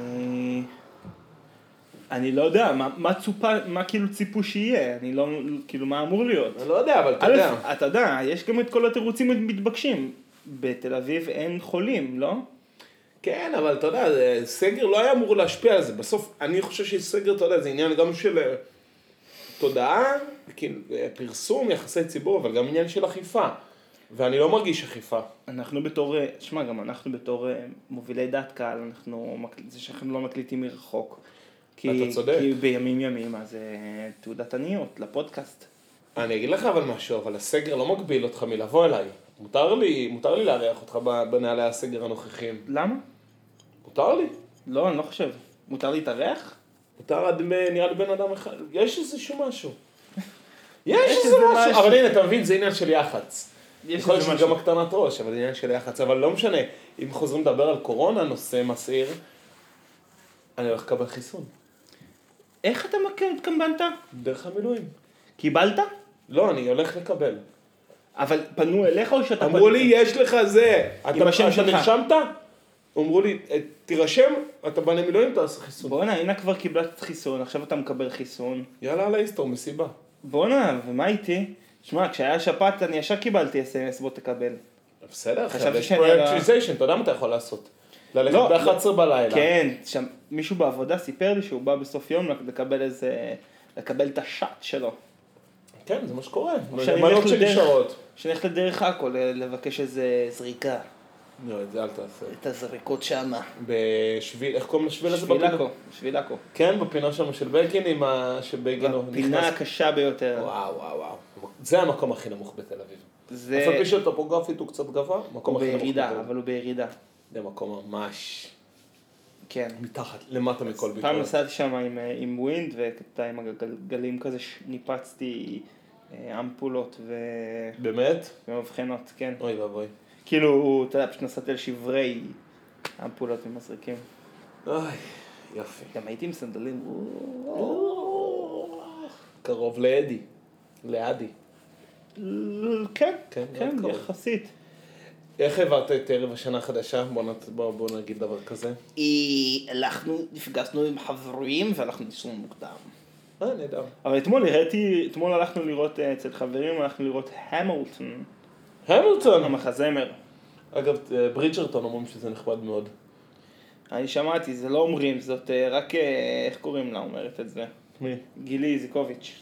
Speaker 1: אני לא יודע, מה, מה צופה, מה כאילו ציפו שיהיה, אני לא, כאילו, מה אמור להיות?
Speaker 2: אני לא יודע, אבל אתה
Speaker 1: א',
Speaker 2: יודע.
Speaker 1: אתה יודע, יש גם את כל התירוצים המתבקשים. בתל אביב אין חולים, לא?
Speaker 2: כן, אבל אתה יודע, זה- סגר לא היה אמור להשפיע על זה. בסוף, אני חושב שסגר, אתה יודע, זה עניין גם של אה, תודעה, כאילו, אה, פרסום, יחסי ציבור, אבל גם עניין של אכיפה. ואני לא מרגיש אכיפה.
Speaker 1: אנחנו בתור, אה, שמע, גם אנחנו בתור אה, מובילי דעת קהל, אנחנו, מק- זה שאנחנו לא מקליטים מרחוק. כי,
Speaker 2: אתה צודק.
Speaker 1: כי בימים ימימה זה תעודת עניות לפודקאסט.
Speaker 2: אני אגיד לך אבל משהו, אבל הסגר לא מגביל אותך מלבוא אליי. מותר לי, מותר לי לארח אותך ב- בנעלי הסגר הנוכחים.
Speaker 1: למה?
Speaker 2: מותר לי.
Speaker 1: לא, אני לא חושב. מותר להתארח?
Speaker 2: מותר עד, מ- נראה לי בן אדם אחד. יש איזשהו משהו. יש
Speaker 1: יש
Speaker 2: איזה
Speaker 1: איזה
Speaker 2: משהו.
Speaker 1: משהו.
Speaker 2: אבל הנה, אתה מבין, זה עניין של יח"צ.
Speaker 1: יש
Speaker 2: יכול להיות
Speaker 1: איזה
Speaker 2: שזה גם
Speaker 1: משהו.
Speaker 2: הקטנת ראש, אבל זה עניין של יח"צ, אבל לא משנה. אם חוזרים לדבר על קורונה, נושא מסעיר, אני הולך לקבל חיסון.
Speaker 1: איך אתה מק- התקמבנת?
Speaker 2: דרך המילואים.
Speaker 1: קיבלת?
Speaker 2: לא, אני הולך לקבל.
Speaker 1: אבל פנו אליך או שאתה...
Speaker 2: אמרו לי, יש לך זה.
Speaker 1: עם השם
Speaker 2: אתה אתה
Speaker 1: שלך.
Speaker 2: נרשמת? אמרו לי, "אה, תירשם, אתה בא למילואים, תעשה חיסון.
Speaker 1: בואנה, הנה כבר קיבלת חיסון, עכשיו אתה מקבל חיסון.
Speaker 2: יאללה, על ההיסטור, מסיבה.
Speaker 1: בואנה, ומה איתי? שמע, כשהיה שפעת אני ישר קיבלתי אס.אם.אס בוא תקבל.
Speaker 2: בסדר,
Speaker 1: חשבתי
Speaker 2: עכשיו יש
Speaker 1: שאני
Speaker 2: פרויקטיזיישן, אתה יודע מה אתה יכול לעשות. ללכת
Speaker 1: לא,
Speaker 2: ב-11 בלילה.
Speaker 1: כן, שם מישהו בעבודה סיפר לי שהוא בא בסוף יום לקבל איזה... לקבל את השאט שלו.
Speaker 2: כן, זה מה לא שקורה.
Speaker 1: שאני
Speaker 2: בנות
Speaker 1: אלך לדרך.
Speaker 2: שנשארות.
Speaker 1: שנלך לדרך עכו ל- לבקש איזה זריקה,
Speaker 2: לא, את זה אל תעשה.
Speaker 1: את הזריקות שמה.
Speaker 2: בשביל, איך קוראים לשביל הזה?
Speaker 1: שביל
Speaker 2: בפינה?
Speaker 1: עכו, שביל עכו.
Speaker 2: כן, בפינה שם של בגין עם ה... שבגין הוא
Speaker 1: הפינה הקשה ביותר.
Speaker 2: לא, וואו, וואו, וואו. זה המקום הכי נמוך בתל אביב.
Speaker 1: זה...
Speaker 2: אף על פי שטופוגרפית הוא קצת גבוה, מקום
Speaker 1: הוא
Speaker 2: הכי נמוך בתל
Speaker 1: בירידה,
Speaker 2: אביב.
Speaker 1: אבל הוא בירידה.
Speaker 2: זה מקום ממש
Speaker 1: כן.
Speaker 2: מתחת, למטה מכל ביקורת.
Speaker 1: פעם נסעתי שם עם, אה, עם ווינד וקטע עם הגלגלים כזה, ש- ניפצתי אה, אמפולות ו-
Speaker 2: באמת?
Speaker 1: ומבחנות, כן.
Speaker 2: אוי ואבוי.
Speaker 1: כאילו, אתה יודע, פשוט נסעתי על שברי אמפולות ומזריקים.
Speaker 2: אוי, יופי.
Speaker 1: גם הייתי עם סנדלים, או,
Speaker 2: קרוב לאדי. לאדי.
Speaker 1: ל- כן,
Speaker 2: כן,
Speaker 1: כן,
Speaker 2: מאוד קרוב.
Speaker 1: יחסית.
Speaker 2: איך העברת את ערב השנה החדשה? בוא, נת... בוא, בוא נגיד דבר כזה.
Speaker 1: הלכנו, אה, נפגשנו עם חברים והלכנו לישון מוקדם.
Speaker 2: אה, נהדר.
Speaker 1: אבל אתמול הראיתי, אתמול הלכנו לראות אה, אצל חברים, הלכנו לראות המילטון,
Speaker 2: המילטון.
Speaker 1: המחזמר.
Speaker 2: אגב, אה, ברידג'רטון אומרים שזה נחמד מאוד.
Speaker 1: אני שמעתי, זה לא אומרים, זאת אה, רק, אה, איך קוראים לה אומרת את זה?
Speaker 2: מי?
Speaker 1: גילי איזיקוביץ'.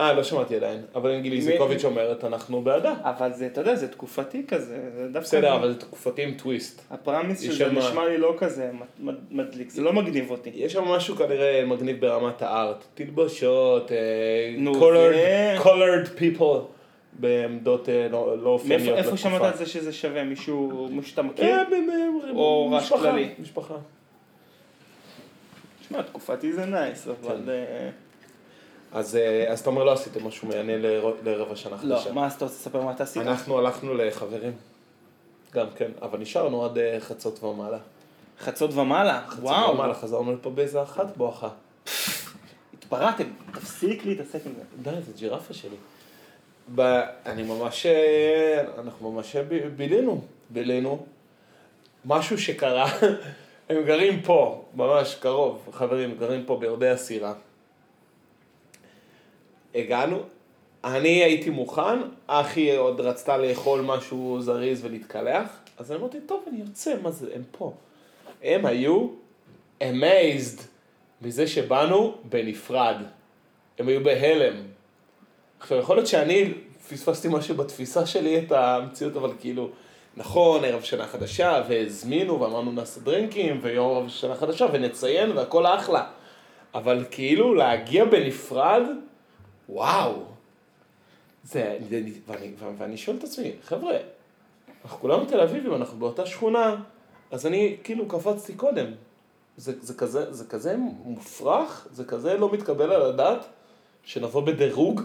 Speaker 2: אה, לא שמעתי עדיין, אבל אנגלי
Speaker 1: מי-
Speaker 2: איזיקוביץ' אומרת, אנחנו בעדה.
Speaker 1: אבל זה, אתה יודע, זה תקופתי כזה, זה דווקא...
Speaker 2: בסדר, אבל זה תקופתי עם טוויסט.
Speaker 1: הפרמיס
Speaker 2: היא
Speaker 1: של זה
Speaker 2: שמעה.
Speaker 1: נשמע לי לא כזה מד- מד- מדליק, זה לא מגניב אותי.
Speaker 2: יש שם משהו כנראה מגניב ברמת הארט. תלבושות, אה,
Speaker 1: נו,
Speaker 2: colored-
Speaker 1: זה-
Speaker 2: colored people בעמדות אה, לא לא אופייניות
Speaker 1: מאיפה
Speaker 2: לתקופה.
Speaker 1: איפה שמעת על זה שזה שווה? מישהו, מישהו שאתה מכיר?
Speaker 2: אה, ב- ב-
Speaker 1: או רעש
Speaker 2: משפחה,
Speaker 1: כללי?
Speaker 2: משפחה.
Speaker 1: שמע, תקופתי זה נייס,
Speaker 2: כן.
Speaker 1: אבל... אה,
Speaker 2: אז אה, אז אתה אומר לא עשיתם משהו מעניין לר- לערב השנה החדשה.
Speaker 1: לא, מה אז אתה רוצה לספר מה אתה עשית?
Speaker 2: אנחנו הלכנו לחברים. גם כן, אבל נשארנו עד אה, חצות ומעלה.
Speaker 1: חצות ומעלה?
Speaker 2: חצות
Speaker 1: וואו,
Speaker 2: ומעלה, חזרנו לפה באיזה אחת בואכה.
Speaker 1: התפרעתם, תפסיק להתעסק עם זה.
Speaker 2: די, זה ג'ירפה שלי. ב... אני ממש... אה, אנחנו ממש ב... בילינו, בילינו. משהו שקרה, הם גרים פה, ממש קרוב, חברים, גרים פה ביורדי הסירה. הגענו, אני הייתי מוכן, אחי עוד רצתה לאכול משהו זריז ולהתקלח, אז אני אמרתי, טוב, אני יוצא, מה זה, הם פה. הם היו amazed מזה שבאנו בנפרד. הם היו בהלם. עכשיו, יכול להיות שאני פספסתי משהו בתפיסה שלי את המציאות, אבל כאילו, נכון, ערב שנה חדשה, והזמינו, ואמרנו נעשה דרינקים, ויום ערב שנה חדשה, ונציין, והכל אחלה. אבל כאילו, להגיע בנפרד, וואו. זה, זה- ואני, ו- ואני שואל את עצמי, חבר'ה, אנחנו כולנו תל אביבים, אנחנו באותה שכונה, אז אני כאילו קפצתי קודם. זה, זה, כזה, זה כזה מופרך, זה כזה לא מתקבל על הדעת, שנבוא בדירוג.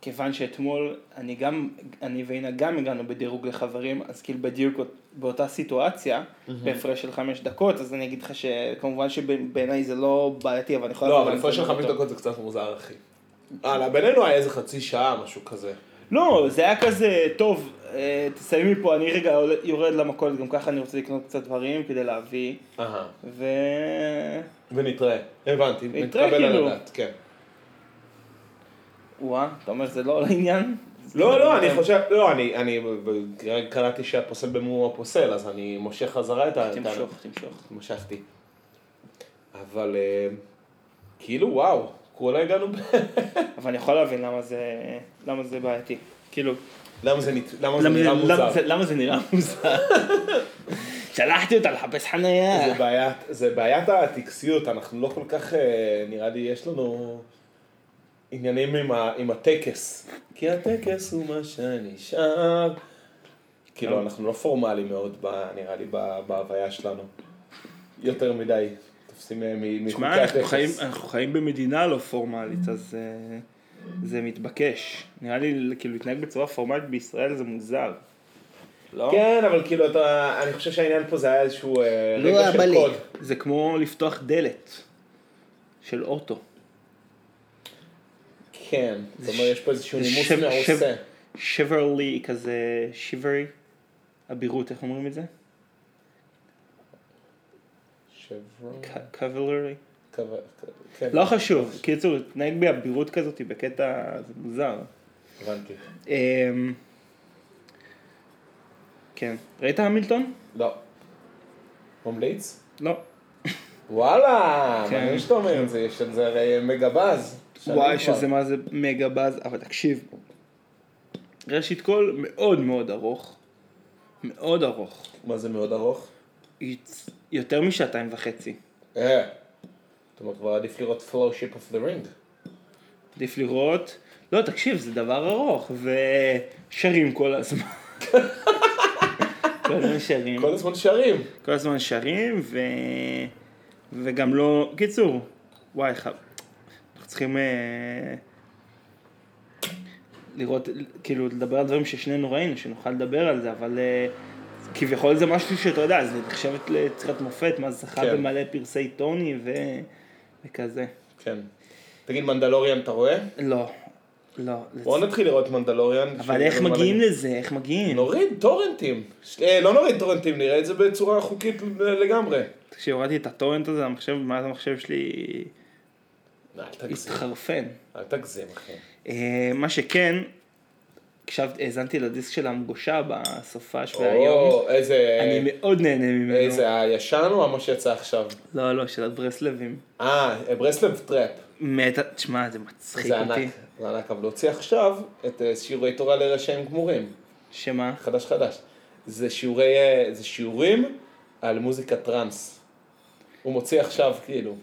Speaker 1: כיוון שאתמול אני גם, אני ואינה גם הגענו בדירוג לחברים, אז כאילו בדיוק באותה סיטואציה, בהפרש של חמש דקות, אז אני אגיד לך שכמובן שבעיניי זה לא בעייתי, אבל אני יכול...
Speaker 2: לא,
Speaker 1: להבין
Speaker 2: אבל
Speaker 1: למה
Speaker 2: לפני של
Speaker 1: אתה אומר
Speaker 2: חמש
Speaker 1: אותו.
Speaker 2: דקות זה קצת מוזר, אחי. הלאה, בינינו היה איזה חצי שעה, משהו כזה.
Speaker 1: לא, זה היה כזה, טוב, אה, תסיימי פה, אני רגע עול- יורד למכולת, גם ככה אני רוצה לקנות קצת דברים כדי להביא,
Speaker 2: אהה.
Speaker 1: ו...
Speaker 2: ונתראה. הבנתי,
Speaker 1: נתראה,
Speaker 2: מתקבל על
Speaker 1: כאילו.
Speaker 2: הדעת, כן.
Speaker 1: וואה, אתה אומר זה לא לעניין?
Speaker 2: לא, לא, אני חושב, לא, אני, אני רק קראתי שהפוסל במומו הפוסל, אז אני מושך חזרה את ה...
Speaker 1: תמשוך, תמשוך.
Speaker 2: משכתי. אבל אה, כאילו, וואו, כולה הגענו ב...
Speaker 1: אבל אני יכול להבין למה זה, למה זה בעייתי. כאילו,
Speaker 2: למה זה נת- למה זה
Speaker 1: למה
Speaker 2: נראה
Speaker 1: למה
Speaker 2: מוזר?
Speaker 1: זה- למה זה נראה מוזר? שלחתי אותה לחפש
Speaker 2: זה
Speaker 1: חניה.
Speaker 2: בעיית, זה בעיית הטקסיות, אנחנו לא כל כך, אה, נראה לי, יש לנו עניינים עם, ה, עם הטקס. כי הטקס הוא מה שנשאר. כאילו,
Speaker 1: אה.
Speaker 2: אנחנו לא פורמליים מאוד, ב, נראה לי, ב, בהוויה שלנו. יותר מדי, תופסים אה, מ- מחוקי
Speaker 1: תשמע, אנחנו
Speaker 2: הטקס.
Speaker 1: חיים, אנחנו חיים במדינה לא פורמלית, אז אה, זה מתבקש. נראה לי, כאילו, להתנהג בצורה פורמלית בישראל זה מוזר. לא?
Speaker 2: כן, אבל כאילו, אתה, אני חושב שהעניין פה זה היה איזשהו אה,
Speaker 1: לא
Speaker 2: רגע של קוד.
Speaker 1: זה כמו לפתוח דלת של אוטו.
Speaker 2: כן, זאת אומרת, יש פה איזשהו
Speaker 1: זה
Speaker 2: נימוס
Speaker 1: שם-
Speaker 2: מעושה.
Speaker 1: שם- שיברלי, כזה שיברי, אבירות, איך אומרים את זה?
Speaker 2: שברון,
Speaker 1: קבלרי.
Speaker 2: קו- כן,
Speaker 1: לא חשוב, קיצור, להתנהג באבירות כזאת בקטע זה מוזר.
Speaker 2: הבנתי.
Speaker 1: אמ, כן, ראית המילטון?
Speaker 2: לא. ממליץ?
Speaker 1: לא.
Speaker 2: וואלה,
Speaker 1: כן.
Speaker 2: מעניין שאתה אומר את זה, יש על זה הרי מגבז. שנים
Speaker 1: וואי,
Speaker 2: כבר.
Speaker 1: שזה מה זה מגה באז, אבל תקשיב. ראשית כל, מאוד מאוד ארוך. מאוד ארוך.
Speaker 2: מה זה מאוד ארוך?
Speaker 1: יצ- יותר משעתיים וחצי.
Speaker 2: אה. זאת אומרת, כבר עדיף לראות פלושיפ אוף דה רינג.
Speaker 1: עדיף לראות. לא, תקשיב, זה דבר ארוך, ושרים כל הזמן. כל הזמן שרים.
Speaker 2: כל הזמן שרים.
Speaker 1: כל הזמן שרים, ו... וגם לא... קיצור, וואי, ח... אנחנו צריכים אה... לראות, כאילו, לדבר על דברים ששנינו ראינו, שנוכל לדבר על זה, אבל אה... כביכול זה משהו שאתה יודע, זה נחשבת ליצירת מופת, מה זכה
Speaker 2: כן.
Speaker 1: במלא פרסי טוני ו... וכזה.
Speaker 2: כן. תגיד, מנדלוריאן אתה רואה?
Speaker 1: לא, לא. זה-
Speaker 2: בואו נתחיל לראות מנדלוריאן.
Speaker 1: אבל איך
Speaker 2: שנראה
Speaker 1: מגיעים
Speaker 2: מה- לא.
Speaker 1: לזה? איך מגיעים?
Speaker 2: נוריד טורנטים. אה, לא נוריד טורנטים, נראה את זה בצורה חוקית לגמרי.
Speaker 1: כשהורדתי את הטורנט הזה, המחשב, מה המחשב שלי
Speaker 2: אל תגזים,
Speaker 1: התחרפן.
Speaker 2: אל תגזים אחי.
Speaker 1: אה, מה שכן, הקשבת, האזנתי לדיסק של המגושה בסופש והיום,
Speaker 2: או, איזה...
Speaker 1: אני מאוד נהנה ממנו.
Speaker 2: איזה הישן או מה שיצא עכשיו?
Speaker 1: לא, לא, של הברסלבים.
Speaker 2: אה, ברסלב טראפ.
Speaker 1: מת, תשמע, זה מצחיק
Speaker 2: זה
Speaker 1: אותי.
Speaker 2: ענק, זה ענק, אבל להוציא עכשיו את אה, שיעורי תורה לרשעים גמורים,
Speaker 1: שמה?
Speaker 2: חדש חדש. זה שיעורי, אה, זה שיעורים על מוזיקה טראנס. הוא מוציא עכשיו, כאילו.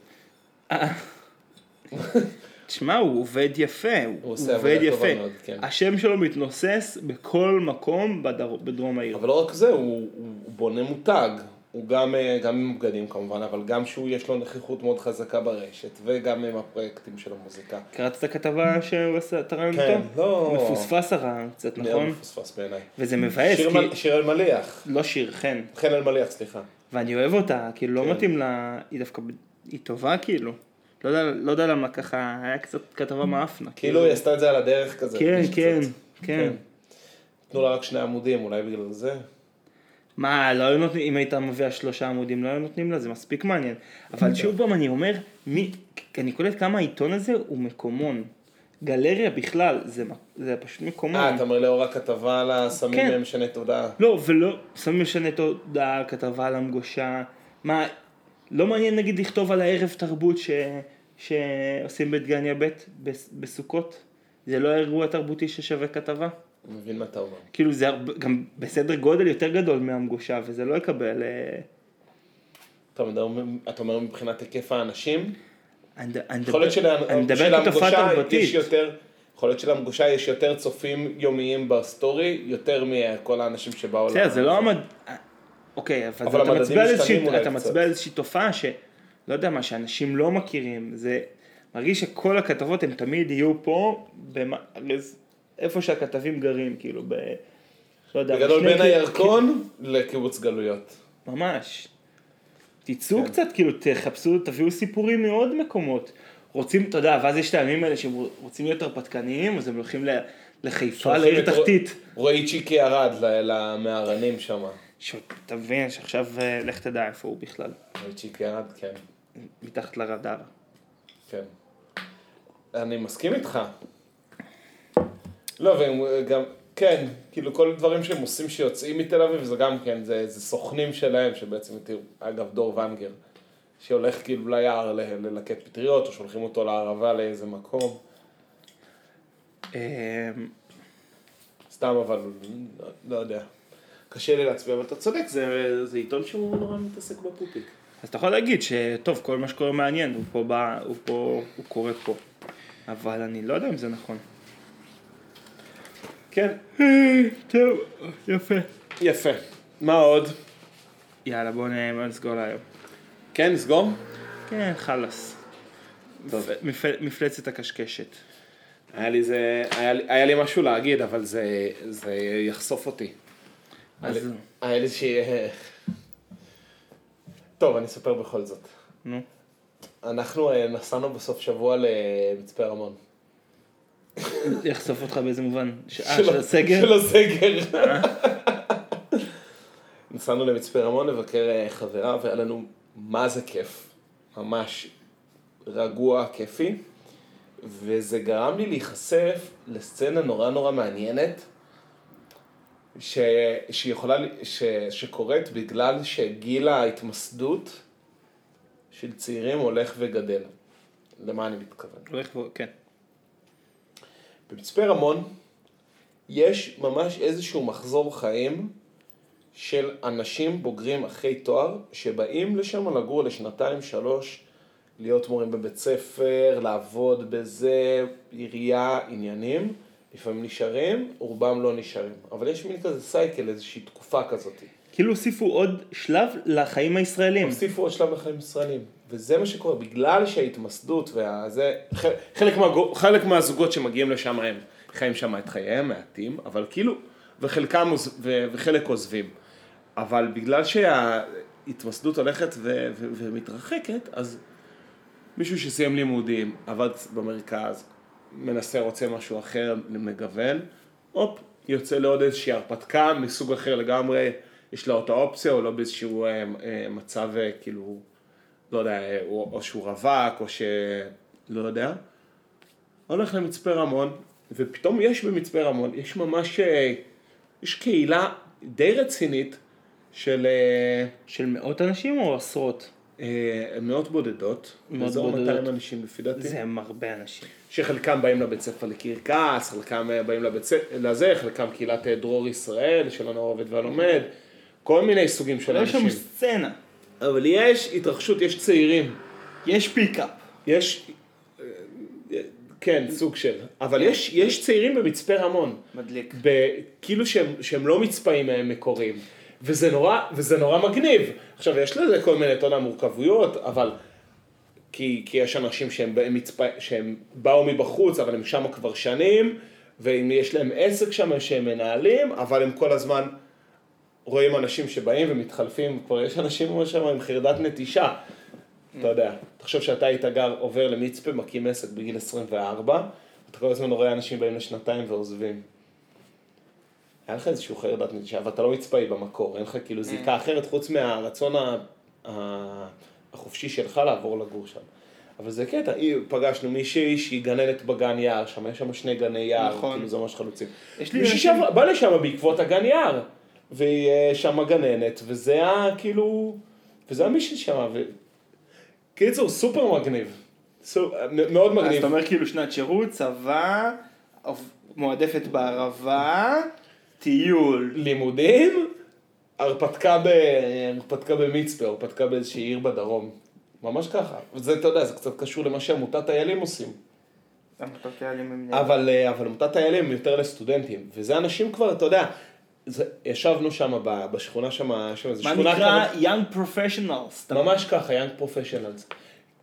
Speaker 1: תשמע, הוא עובד יפה, הוא,
Speaker 2: הוא עושה
Speaker 1: עובד
Speaker 2: עבודה
Speaker 1: יפה.
Speaker 2: טובה מאוד, כן.
Speaker 1: השם שלו מתנוסס בכל מקום בדר... בדרום העיר.
Speaker 2: אבל לא רק זה, הוא, הוא הוא בונה מותג. הוא גם, אה, גם עם בגדים כמובן, אבל גם שהוא יש לו נוכחות מאוד חזקה ברשת, וגם עם הפרויקטים של המוזיקה.
Speaker 1: קראת את הכתבה שהוא עשה, את הרעיון
Speaker 2: כן,
Speaker 1: איתו?
Speaker 2: לא...
Speaker 1: מפוספס הרעיון קצת,
Speaker 2: מאוד
Speaker 1: נכון?
Speaker 2: מפוספס בעיניי.
Speaker 1: וזה מבאס,
Speaker 2: שיר, מל-
Speaker 1: כי...
Speaker 2: שיר אלמליח,
Speaker 1: לא שיר, חן.
Speaker 2: חן אלמליח, סליחה.
Speaker 1: ואני אוהב אותה, כאילו
Speaker 2: כן.
Speaker 1: לא מתאים לה, היא דווקא, ב- היא טובה כאילו. לא יודע, לא יודע למה ככה, היה קצת כתבה מאפנה.
Speaker 2: כאילו היא עשתה את זה על הדרך כזה.
Speaker 1: אה. כן,
Speaker 2: יש
Speaker 1: כן,
Speaker 2: קצת-
Speaker 1: כן.
Speaker 2: תנו לה רק שני עמודים, אולי בגלל זה.
Speaker 1: מה, לא היו נותנים, אם הייתה מביאה שלושה עמודים, לא היו נותנים לה, זה מספיק מעניין.
Speaker 2: כן.
Speaker 1: אבל שוב פעם אני אומר, מי, אני קולט כמה העיתון הזה הוא מקומון. גלריה בכלל, זה, מ- זה פשוט
Speaker 2: אה,
Speaker 1: מקומון.
Speaker 2: אתה אומר לאור הכתבה על הסמים
Speaker 1: כן.
Speaker 2: הם משני תודעה.
Speaker 1: לא, ולא, שמים משנה תודעה, כתבה על המגושה, מה, לא מעניין נגיד לכתוב על הערב תרבות ש, שעושים בדגניה ב' בס- בסוכות? זה לא אירוע תרבותי ששווה כתבה?
Speaker 2: אני מבין מה אתה אומר.
Speaker 1: כאילו זה הרבה, גם בסדר גודל יותר גדול מהמגושה, וזה לא יקבל... אה,
Speaker 2: אתה מדבר- אתה אומר מבחינת היקף האנשים?
Speaker 1: אני- אני
Speaker 2: יכול להיות
Speaker 1: מדבר- אני מדבר
Speaker 2: שלהנגשה
Speaker 1: כתופעה
Speaker 2: יש
Speaker 1: תרבותית.
Speaker 2: יותר... יכול להיות שלמגושה יש יותר צופים יומיים בסטורי, יותר מכל האנשים שבאו
Speaker 1: בסדר, זה לא המד... אוקיי,
Speaker 2: אבל
Speaker 1: אבל אתה
Speaker 2: המדדים
Speaker 1: מצביע על
Speaker 2: משתנים
Speaker 1: איזושהי-
Speaker 2: אולי
Speaker 1: אתה
Speaker 2: קצת.
Speaker 1: מצביע על איזושהי תופעה ש... לא יודע מה, שאנשים לא מכירים, זה מרגיש שכל הכתבות הן תמיד יהיו פה, במ... הרי זה- איפה שהכתבים גרים, כאילו, ב... לא יודע,
Speaker 2: בגדול
Speaker 1: בשני
Speaker 2: בין
Speaker 1: קי-
Speaker 2: הירקון לקיבוץ גלויות.
Speaker 1: ממש. תצאו
Speaker 2: כן.
Speaker 1: קצת, כאילו, תחפשו, תביאו סיפורים מעוד מקומות. רוצים, אתה יודע, ואז יש את הימים האלה שהם רוצים להיות הרפתקניים, אז הם הולכים ל- לחיפה,
Speaker 2: שולחים
Speaker 1: לעיר
Speaker 2: את רוא-
Speaker 1: תחתית.
Speaker 2: רועי צ'יקי ירד ל- למהרנים שם.
Speaker 1: ש- אתה מבין שעכשיו, אה, לך תדע איפה הוא בכלל,
Speaker 2: רועי צ'יקי ירד, כן,
Speaker 1: מתחת לרדאר.
Speaker 2: כן. אני מסכים איתך. לא, והם גם, כן, כאילו כל הדברים שהם עושים שיוצאים מתל אביב, זה גם כן, זה, זה סוכנים שלהם, שבעצם התירו, אגב, דור ונגר, שהולך כאילו ליער ל- ללקט פטריות, או שולחים אותו לערבה לאיזה מקום.
Speaker 1: אמ,
Speaker 2: סתם, אבל לא, לא יודע. קשה לי להצביע, אבל אתה צודק, זה, זה עיתון שהוא נורא מתעסק בפופיק.
Speaker 1: אז אתה יכול להגיד שטוב, כל מה שקורה מעניין, הוא פה, בא, הוא פה, הוא קורה פה. אבל אני לא יודע אם זה נכון.
Speaker 2: כן,
Speaker 1: אה, טוב, יפה.
Speaker 2: יפה. מה עוד?
Speaker 1: יאללה, בוא נ- בוא נסגור להיום.
Speaker 2: כן, נסגור?
Speaker 1: כן, חלאס.
Speaker 2: טוב.
Speaker 1: מפ- מפלצת הקשקשת.
Speaker 2: היה לי, זה, היה, לי- היה לי משהו להגיד, אבל זה, זה יחשוף אותי. היה לי-
Speaker 1: אז
Speaker 2: היה לי איזושהי... אה, טוב, אני אספר בכל זאת.
Speaker 1: נו.
Speaker 2: אנחנו אה, נסענו בסוף שבוע למצפה רמון.
Speaker 1: יחשוף אותך באיזה מובן? ש- אה, של
Speaker 2: של- של
Speaker 1: הסגר?
Speaker 2: הסגר. נסענו למצפה רמון לבקר אה, חברה, והיה לנו מה זה כיף. ממש רגוע, כיפי. וזה גרם לי להיחשף לסצנה נורא נורא מעניינת, ש... שיכולה, ל- ש... שקורית בגלל שגיל ההתמסדות של צעירים הולך וגדל. למה אני מתכוון?
Speaker 1: הולך ו... כן.
Speaker 2: במצפה רמון יש ממש איזשהו מחזור חיים של אנשים בוגרים אחרי תואר שבאים לשם לגור לשנתיים, שלוש, להיות מורים בבית ספר, לעבוד בזה, עירייה, עניינים. לפעמים נשארים, רובם לא נשארים. אבל יש מין כזה סייקל, איזושהי תקופה כזאת.
Speaker 1: כאילו הוסיפו עוד שלב לחיים הישראלים.
Speaker 2: הוסיפו עוד שלב לחיים ישראלים, וזה מה שקורה, בגלל שההתמסדות והזה, חלק, חלק, מהגו, חלק מהזוגות שמגיעים לשם הם חיים שם את חייהם, מעטים, אבל כאילו, וחלקם, עוז- ו, וחלק עוזבים. אבל בגלל שההתמסדות הולכת ו, ו, ומתרחקת, אז מישהו שסיים לימודים, עבד במרכז, מנסה, רוצה משהו אחר, מגוון, הופ, יוצא לעוד איזושהי הרפתקה מסוג אחר לגמרי, יש לו את האופציה, או לא באיזשהו אה, אה, מצב אה, כאילו, לא יודע, אה, או, או שהוא רווק, או ש... לא יודע. הולך למצפה רמון, ופתאום יש במצפה רמון, יש ממש, אה, יש קהילה די רצינית של אה,
Speaker 1: של מאות אנשים או עשרות?
Speaker 2: אה, מאות בודדות,
Speaker 1: מאות
Speaker 2: באזור
Speaker 1: בודדות.
Speaker 2: 200 אנשים לפי דעתי.
Speaker 1: זה הם הרבה אנשים.
Speaker 2: שחלקם באים לבית ספר לקרקס, חלקם אה, באים לבית ספר לזה, חלקם קהילת אה, דרור ישראל, של הנוער העובד והלומד, כל מיני סוגים של
Speaker 1: יש
Speaker 2: אנשים.
Speaker 1: שם סצנה.
Speaker 2: אבל יש התרחשות, יש צעירים,
Speaker 1: יש פיקאפ.
Speaker 2: יש, אה, אה, כן, סוג של, אבל יש, יש צעירים במצפה רמון,
Speaker 1: מדליק.
Speaker 2: ב, כאילו שהם, שהם לא מצפאים אה, מקוריים, וזה נורא, וזה נורא מגניב. עכשיו, יש לזה כל מיני, אתה יודע, מורכבויות, אבל... כי, כי יש אנשים שהם, מצפ... שהם באו מבחוץ, אבל הם שם כבר שנים, ואם יש להם עסק שם שהם מנהלים, אבל הם כל הזמן רואים אנשים שבאים ומתחלפים, כבר יש אנשים ממש שם עם חרדת נטישה. אתה יודע, תחשוב שאתה היית גר, עובר למצפה, מקים עסק בגיל 24, אתה כל הזמן רואה אנשים באים לשנתיים ועוזבים. היה לך איזשהו חרדת נטישה, אבל אתה לא מצפאי במקור, אין לך
Speaker 1: Mm.
Speaker 2: כאילו זיקה אחרת חוץ מהרצון ה- ה- החופשי שלך לעבור לגור שם. אבל זה קטע, אי, פגשנו מישהי שהיא גננת בגן יער, שם יש שם שני גני יער,
Speaker 1: נכון.
Speaker 2: כאילו זה ממש חלוצים.
Speaker 1: יש לי
Speaker 2: מישהי
Speaker 1: אנשים-
Speaker 2: שבא- בא לשם בעקבות הגן יער, והיא אה, שם גננת, וזה היה כאילו, וזה היה מישהי שם, ו... קיצור, סופר מגניב. סו- מ- מאוד
Speaker 1: אז
Speaker 2: מגניב.
Speaker 1: אתה אומר כאילו שנת שירות, צבא, עוב- מועדפת בערבה, טיול.
Speaker 2: לימודים, הרפתקה, ב... הרפתקה במצפה, הרפתקה באיזושהי עיר בדרום. ממש ככה. וזה, אתה יודע, זה קצת קשור למה שעמותת איילים עושים.
Speaker 1: עמותת העלים הם...
Speaker 2: אבל, אה, אבל עמותת האלה הם יותר לסטודנטים, וזה אנשים כבר, אתה יודע, זה, ישבנו שם ב- בשכונה שם, שם איזה
Speaker 1: מה
Speaker 2: שכונה
Speaker 1: נקרא
Speaker 2: כזאת,
Speaker 1: young professionals. אתה
Speaker 2: ממש ככה, יאנג פרופשיונלס.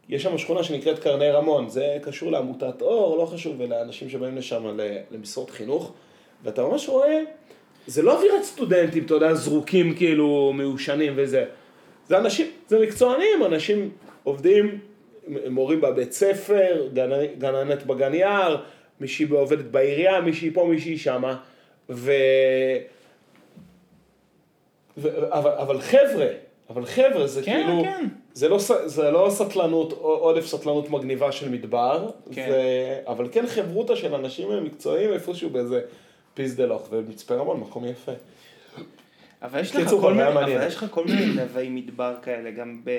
Speaker 2: יש שם שכונה שנקראת קרני רמון, זה קשור לעמותת אור, לא חשוב, ולאנשים שבאים לשם ל- למשרות חינוך, ואתה ממש רואה, זה לא אווירת סטודנטים, אתה יודע, זרוקים כאילו מיושנים וזה. זה אנשים, זה מקצוענים, אנשים עובדים, מ- מורים בבית ספר, גנ- גננת בגן יער, מישהי עובדת בעירייה, מישהי פה, מישהי שמה, ו... ו... אבל, אבל חבר'ה, אבל חבר'ה, זה
Speaker 1: כן,
Speaker 2: כאילו,
Speaker 1: כן.
Speaker 2: זה, לא, ס- זה לא סטלנות, ע- עודף סטלנות מגניבה של מדבר,
Speaker 1: כן.
Speaker 2: זה, אבל כן חברותא של אנשים מקצועיים איפשהו באיזה פיזדלוך, ומצפה רמון, מקום יפה.
Speaker 1: אבל יש לך
Speaker 2: בקיצור,
Speaker 1: כל מיני,
Speaker 2: חוויה
Speaker 1: אבל
Speaker 2: מעניינת.
Speaker 1: יש לך כל מיני נאווי מדבר כאלה, גם ב...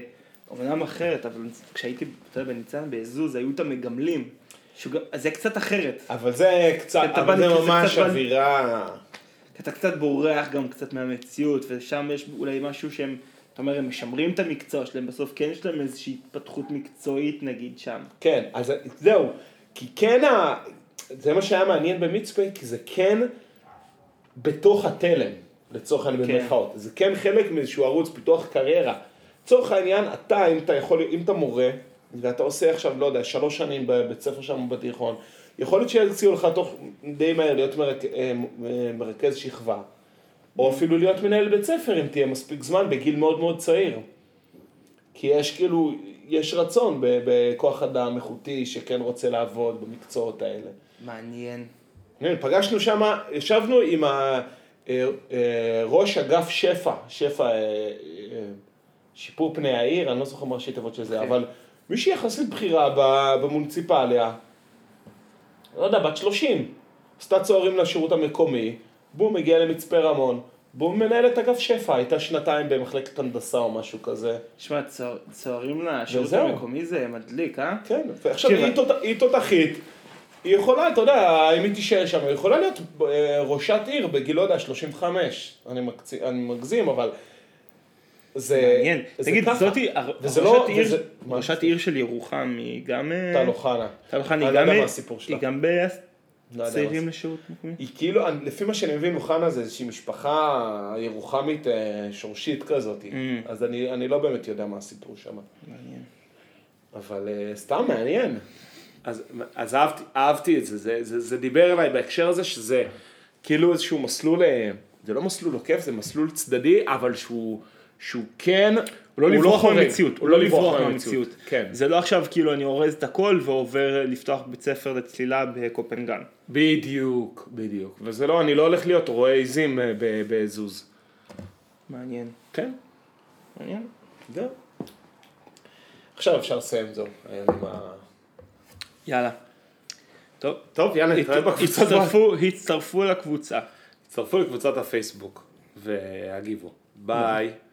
Speaker 1: אומנם אחרת, אבל כשהייתי, אתה יודע, בניצן, בעזוז, היו את המגמלים. שגם- אז זה קצת אחרת.
Speaker 2: אבל זה קצת,
Speaker 1: זה
Speaker 2: אבל זה
Speaker 1: טבנקי, זה
Speaker 2: ממש
Speaker 1: טבנקי.
Speaker 2: אווירה.
Speaker 1: כי אתה קצת בורח גם קצת מהמציאות, ושם יש אולי משהו שהם, אתה אומר, הם משמרים את המקצוע שלהם, בסוף כן יש להם איזושהי התפתחות מקצועית נגיד שם.
Speaker 2: כן, אז זהו. כי כן, ה... זה מה שהיה מעניין במצפה, כי זה כן בתוך התלם, לצורך העניין
Speaker 1: כן.
Speaker 2: במירכאות. זה כן חלק מאיזשהו ערוץ פיתוח קריירה. לצורך העניין, אתה, אם אתה יכול, אם אתה מורה, ואתה עושה עכשיו, לא יודע, שלוש שנים בבית ספר שם בתיכון, יכול להיות שיציעו לך תוך די מהר להיות מרכ... אה, מ- מרכז שכבה, או אפילו להיות מנהל בית ספר, אם תהיה מספיק זמן, בגיל מאוד מאוד צעיר. כי יש כאילו, יש רצון ב- בכוח אדם איכותי שכן רוצה לעבוד במקצועות האלה.
Speaker 1: מעניין.
Speaker 2: הנה, פגשנו שם, ישבנו עם ה, אה, אה, ראש אגף שפע, שפע, אה, אה, שיפור פני העיר, אני לא זוכר מה ראשי תיבות של זה,
Speaker 1: אוקיי.
Speaker 2: אבל מישהי יחסית בכירה ב- במוניציפליה, לא יודע, בת 30, עשתה צוערים לשירות המקומי, בום, הגיעה למצפה רמון, בום, מנהלת אגף שפע, הייתה שנתיים במחלקת הנדסה או משהו כזה.
Speaker 1: שמע, צוער- צוערים לשירות
Speaker 2: וזהו.
Speaker 1: המקומי זה מדליק, אה?
Speaker 2: כן, ועכשיו
Speaker 1: כן,
Speaker 2: היא
Speaker 1: אבל-
Speaker 2: תות- היא תותחית, היא יכולה, אתה יודע, אם היא תישאר שם, היא יכולה להיות אה, ראשת עיר בגיל, לא יודע, 35, אני מקצ- אני מגזים, אבל זה...
Speaker 1: מעניין.
Speaker 2: זה
Speaker 1: תגיד,
Speaker 2: ככה.
Speaker 1: זאתי,
Speaker 2: וזה לא-
Speaker 1: ראשת עיר-
Speaker 2: וזה- מה?
Speaker 1: ראשת עיר של ירוחם היא גם... אה,
Speaker 2: טל אוחנה.
Speaker 1: טל אוחנה,
Speaker 2: אני
Speaker 1: היא
Speaker 2: לא
Speaker 1: גם...
Speaker 2: יודע
Speaker 1: אה,
Speaker 2: מה הסיפור שלה.
Speaker 1: היא גם
Speaker 2: לא יודע מה
Speaker 1: בצעירים לשירות מקומי.
Speaker 2: היא כאילו, אני- לפי מה שאני מבין, אוחנה זה איזושהי משפחה ירוחמית אה, שורשית כזאת,
Speaker 1: Mm.
Speaker 2: אז אני אני לא באמת יודע מה הסיפור שם,
Speaker 1: מעניין.
Speaker 2: אבל אה, סתם מעניין.
Speaker 3: אז, אז אהבתי, אהבתי את זה. זה, זה, זה דיבר אליי בהקשר הזה שזה כאילו איזשהו מסלול, אה, זה לא מסלול עוקף, זה מסלול צדדי, אבל שהוא, שהוא כן,
Speaker 1: הוא לא לברוח
Speaker 3: חורג.
Speaker 1: מהמציאות, הוא לא לברוח מהמציאות.
Speaker 3: כן,
Speaker 1: זה לא עכשיו כאילו אני אורז את הכל ועובר אה, לפתוח בית ספר לצלילה בקופנגן.
Speaker 3: בדיוק, בדיוק. וזה לא, אני לא הולך להיות רועה עיזים אה, ב- בזוז.
Speaker 1: מעניין.
Speaker 3: כן,
Speaker 1: מעניין.
Speaker 2: זהו. עכשיו אפשר לסיים זהו, היה לי מה...
Speaker 1: יאללה. טוב.
Speaker 3: טוב, יאללה, נתראה בקבוצת...
Speaker 1: הצטרפו, הצטרפו לקבוצה.
Speaker 3: הצטרפו לקבוצת הפייסבוק והגיבו. ביי.